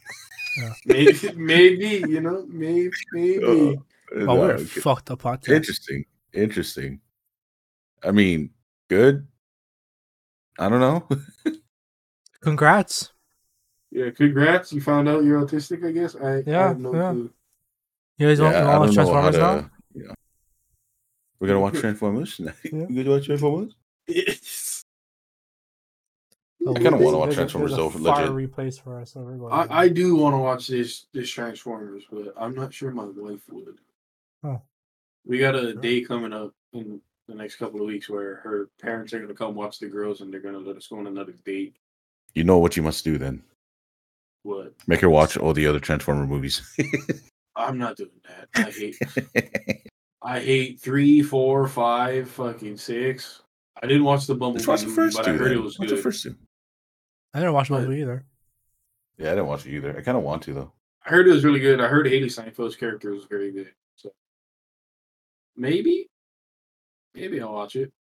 S3: [LAUGHS] maybe, maybe, you know, maybe, maybe.
S1: Well,
S2: No,
S1: Oh, we're a
S2: okay.
S1: fucked up podcast.
S2: Interesting. Interesting. I mean, good. I don't know.
S1: Congrats.
S3: Yeah, congrats. You found out you're autistic, I guess. I, I
S1: Yeah,
S3: have no
S1: yeah.
S3: clue.
S1: You guys want
S2: [LAUGHS] Yeah,
S1: to
S2: I
S1: watch
S2: don't know how
S1: Transformers now?
S2: to. You know. We're gonna watch Transformers. [LAUGHS]
S1: Yeah.
S2: You gonna watch Transformers?
S1: Oh,
S2: I kinda
S1: there's- [LAUGHS]
S2: wanna watch
S1: there's a-
S2: Transformers,
S1: there's a
S2: though, legit.
S1: Fiery place for us. So we're going
S3: I, I do want to watch this this Transformers, but I'm not sure my wife would.
S1: Huh.
S3: We got a day coming up in the next couple of weeks where her parents are going to come watch the girls and they're going to let us go on another date.
S2: You know what you must do then.
S3: But
S2: Make her watch all the other Transformer movies. [LAUGHS]
S3: I'm not doing that. I hate I hate three, four, five, fucking six. I didn't watch the Bumblebee
S2: Let's watch the
S3: movie,
S2: first
S3: but
S2: two.
S3: I heard
S2: then.
S3: it was
S2: Watch
S3: good.
S2: the first two.
S1: I didn't watch
S3: But-
S1: movie either.
S2: Yeah, I didn't watch it either. I kind of want to though.
S3: I heard it was really good. I heard Haley Steinfeld's character was very good. So maybe, maybe I'll watch it.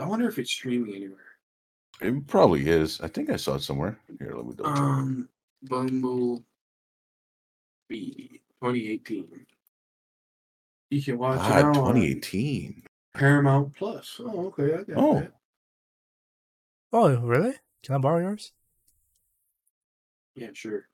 S3: I wonder if it's streaming anywhere.
S2: It probably is. I think I saw it somewhere. Here, let me double check.
S3: Um, Bumblebee 2018. You can watch it
S2: ah,
S3: now on
S2: 2018.
S3: Paramount Plus. Oh, okay, I got
S2: Oh.
S3: that.
S1: Oh, really? Can I borrow yours?
S3: Yeah, sure.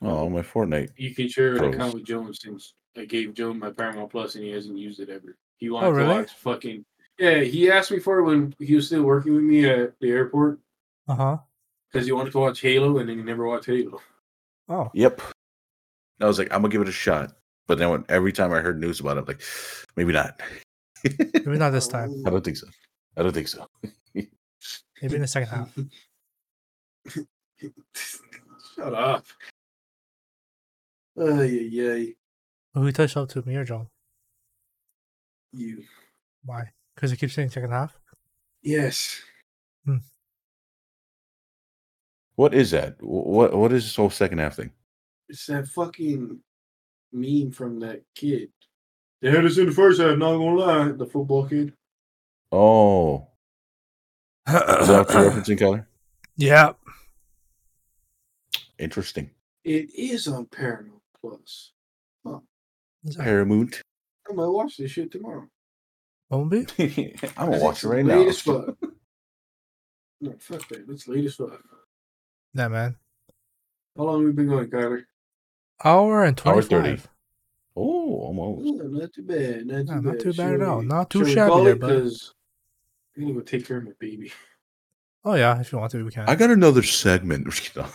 S2: Oh, my Fortnite.
S3: You can share an
S2: Pros.
S3: account with Jones since I gave Jones my Paramount Plus and he hasn't used it ever. He wanted
S1: Oh, really?
S3: to watch fucking yeah. He asked me for it when he was still working with me at the airport
S1: Uh huh.
S3: because he wanted to watch Halo and then he never watched Halo.
S1: Oh,
S2: Yep. I was like, I'm gonna give it a shot. But then when, every time I heard news about it, I'm like, maybe not. [LAUGHS]
S1: maybe not this time.
S2: I don't think so. I don't think so.
S1: Maybe in the second half.
S3: [LAUGHS] Shut up. Oh yeah, yeah.
S1: Who touched up to me or John?
S3: You
S1: Why? Because it keeps saying second half.
S3: yes.
S2: What is that? Wh- What what is this whole second half thing?
S3: It's that fucking meme from that kid. They had us in the first half, not gonna lie. The football kid.
S2: Oh, is
S3: [CLEARS THROAT]
S2: that what you're referencing, Keller?
S1: [COUGHS] Yeah.
S2: Interesting.
S3: It is on Paramount Plus. [LAUGHS]
S2: Paramount.
S3: I might watch this shit tomorrow.
S1: Bumblebee?
S2: I'm gonna
S3: 'Cause
S2: watch
S3: it's
S2: it right
S3: late
S2: now.
S3: as fuck. [LAUGHS] no, fuck that. It's late as fuck.
S1: Nah, man.
S3: How long have we been going, Carter?
S1: Hour and
S2: Hour
S1: 25.
S2: 30. Oh, almost.
S3: Ooh, not too bad. Not too
S1: Nah,
S3: bad.
S1: not too bad at
S3: Shall
S1: all.
S3: we-
S1: Not too
S3: shall we
S1: shabby
S3: call
S1: there,
S3: it?
S1: bud.
S3: 'Cause I'm gonna go take care of my baby. [LAUGHS]
S1: Oh, yeah. If you want to, we can.
S2: I got another segment. [LAUGHS] No,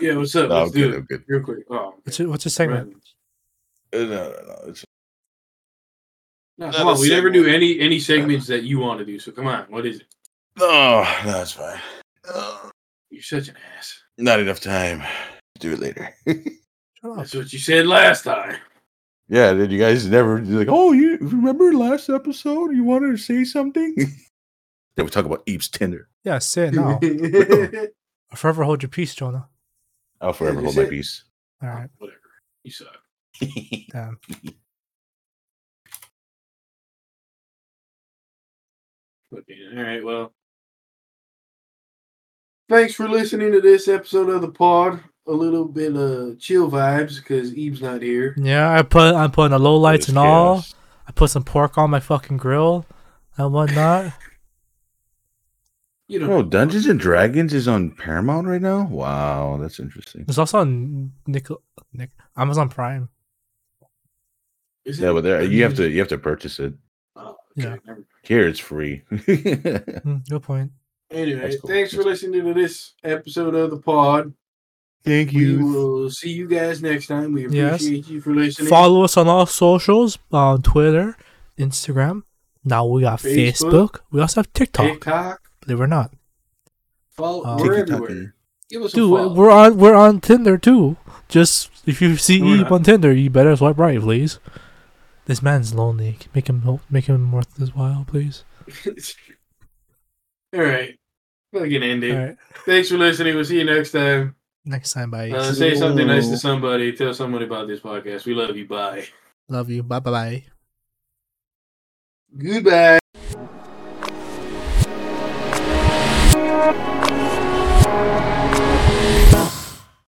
S3: Yeah, what's up?
S2: I'm
S3: Let's do
S2: good.
S3: it
S2: I'm good.
S3: real quick. Oh,
S1: What's your, what's your segment?
S3: Brandon.
S2: Uh, No, no, no. It's,
S3: No,
S2: Not
S3: come
S2: a
S3: on, we never do
S2: segment.
S3: any any segments that you want to do. So come on, what is it?
S2: oh, no, it's fine. Uh,
S3: You're such an ass.
S2: not enough time. Do it later. [LAUGHS]
S1: Shut up.
S3: That's what you said last time.
S2: yeah, did you guys never you're like? Oh, you remember last episode? You wanted to say [LAUGHS] something? then we talk about Eve's Tinder.
S1: Yeah, say
S3: [LAUGHS]
S2: [LAUGHS]
S1: it now.
S3: Whatever.
S1: I'll forever hold your peace, Jonah.
S2: I'll forever
S3: Is
S2: hold my
S3: it-
S2: [LAUGHS] peace.
S1: All right.
S3: You suck.
S1: Damn.
S3: Okay, all right, well. Thanks for listening to this episode of the pod. A little bit of chill vibes because Eve's not here.
S1: Yeah, I put, I'm putting the low lights
S2: Just
S1: and all.
S2: chaos.
S1: I put some pork on my fucking grill and whatnot.
S3: You don't
S2: Oh, Dungeons and Dragons is on Paramount right now. Wow, that's interesting.
S1: It's also on Nickel, Nick, Amazon Prime.
S3: Is it?
S2: Yeah, but there you have to you have to purchase it.
S3: Oh, okay,
S1: Yeah.
S3: never mind.
S2: Here it's free. [LAUGHS]
S1: Mm, good point.
S3: Anyway,
S2: That's cool.
S3: thanks for listening to this episode of the pod.
S2: Thank
S3: We
S2: you.
S3: will see you guys next time. We
S1: Yes.
S3: appreciate you for listening.
S1: Follow us on all socials on Twitter, Instagram. Now we got
S3: Facebook.
S1: Facebook. We also have TikTok.
S3: TikTok.
S1: Believe it or not,
S3: Follow.
S1: Uh,
S3: we're
S2: Tiki-taki.
S3: everywhere. Give us a
S1: dude,
S3: follow.
S1: we're on we're on Tinder too. Just if you see
S3: No, we're
S1: Eve
S3: not.
S1: on Tinder, you better swipe right, please. This man's lonely. Make him make him worth his while, please.
S3: [LAUGHS] All right. Fucking end it.
S1: All right,
S3: Thanks for listening. We'll see you next time.
S1: next time, bye.
S3: Uh, say something nice
S2: Ooh.
S3: to somebody. Tell somebody about this podcast. We love you. Bye.
S1: Love you. Bye bye bye.
S3: Goodbye.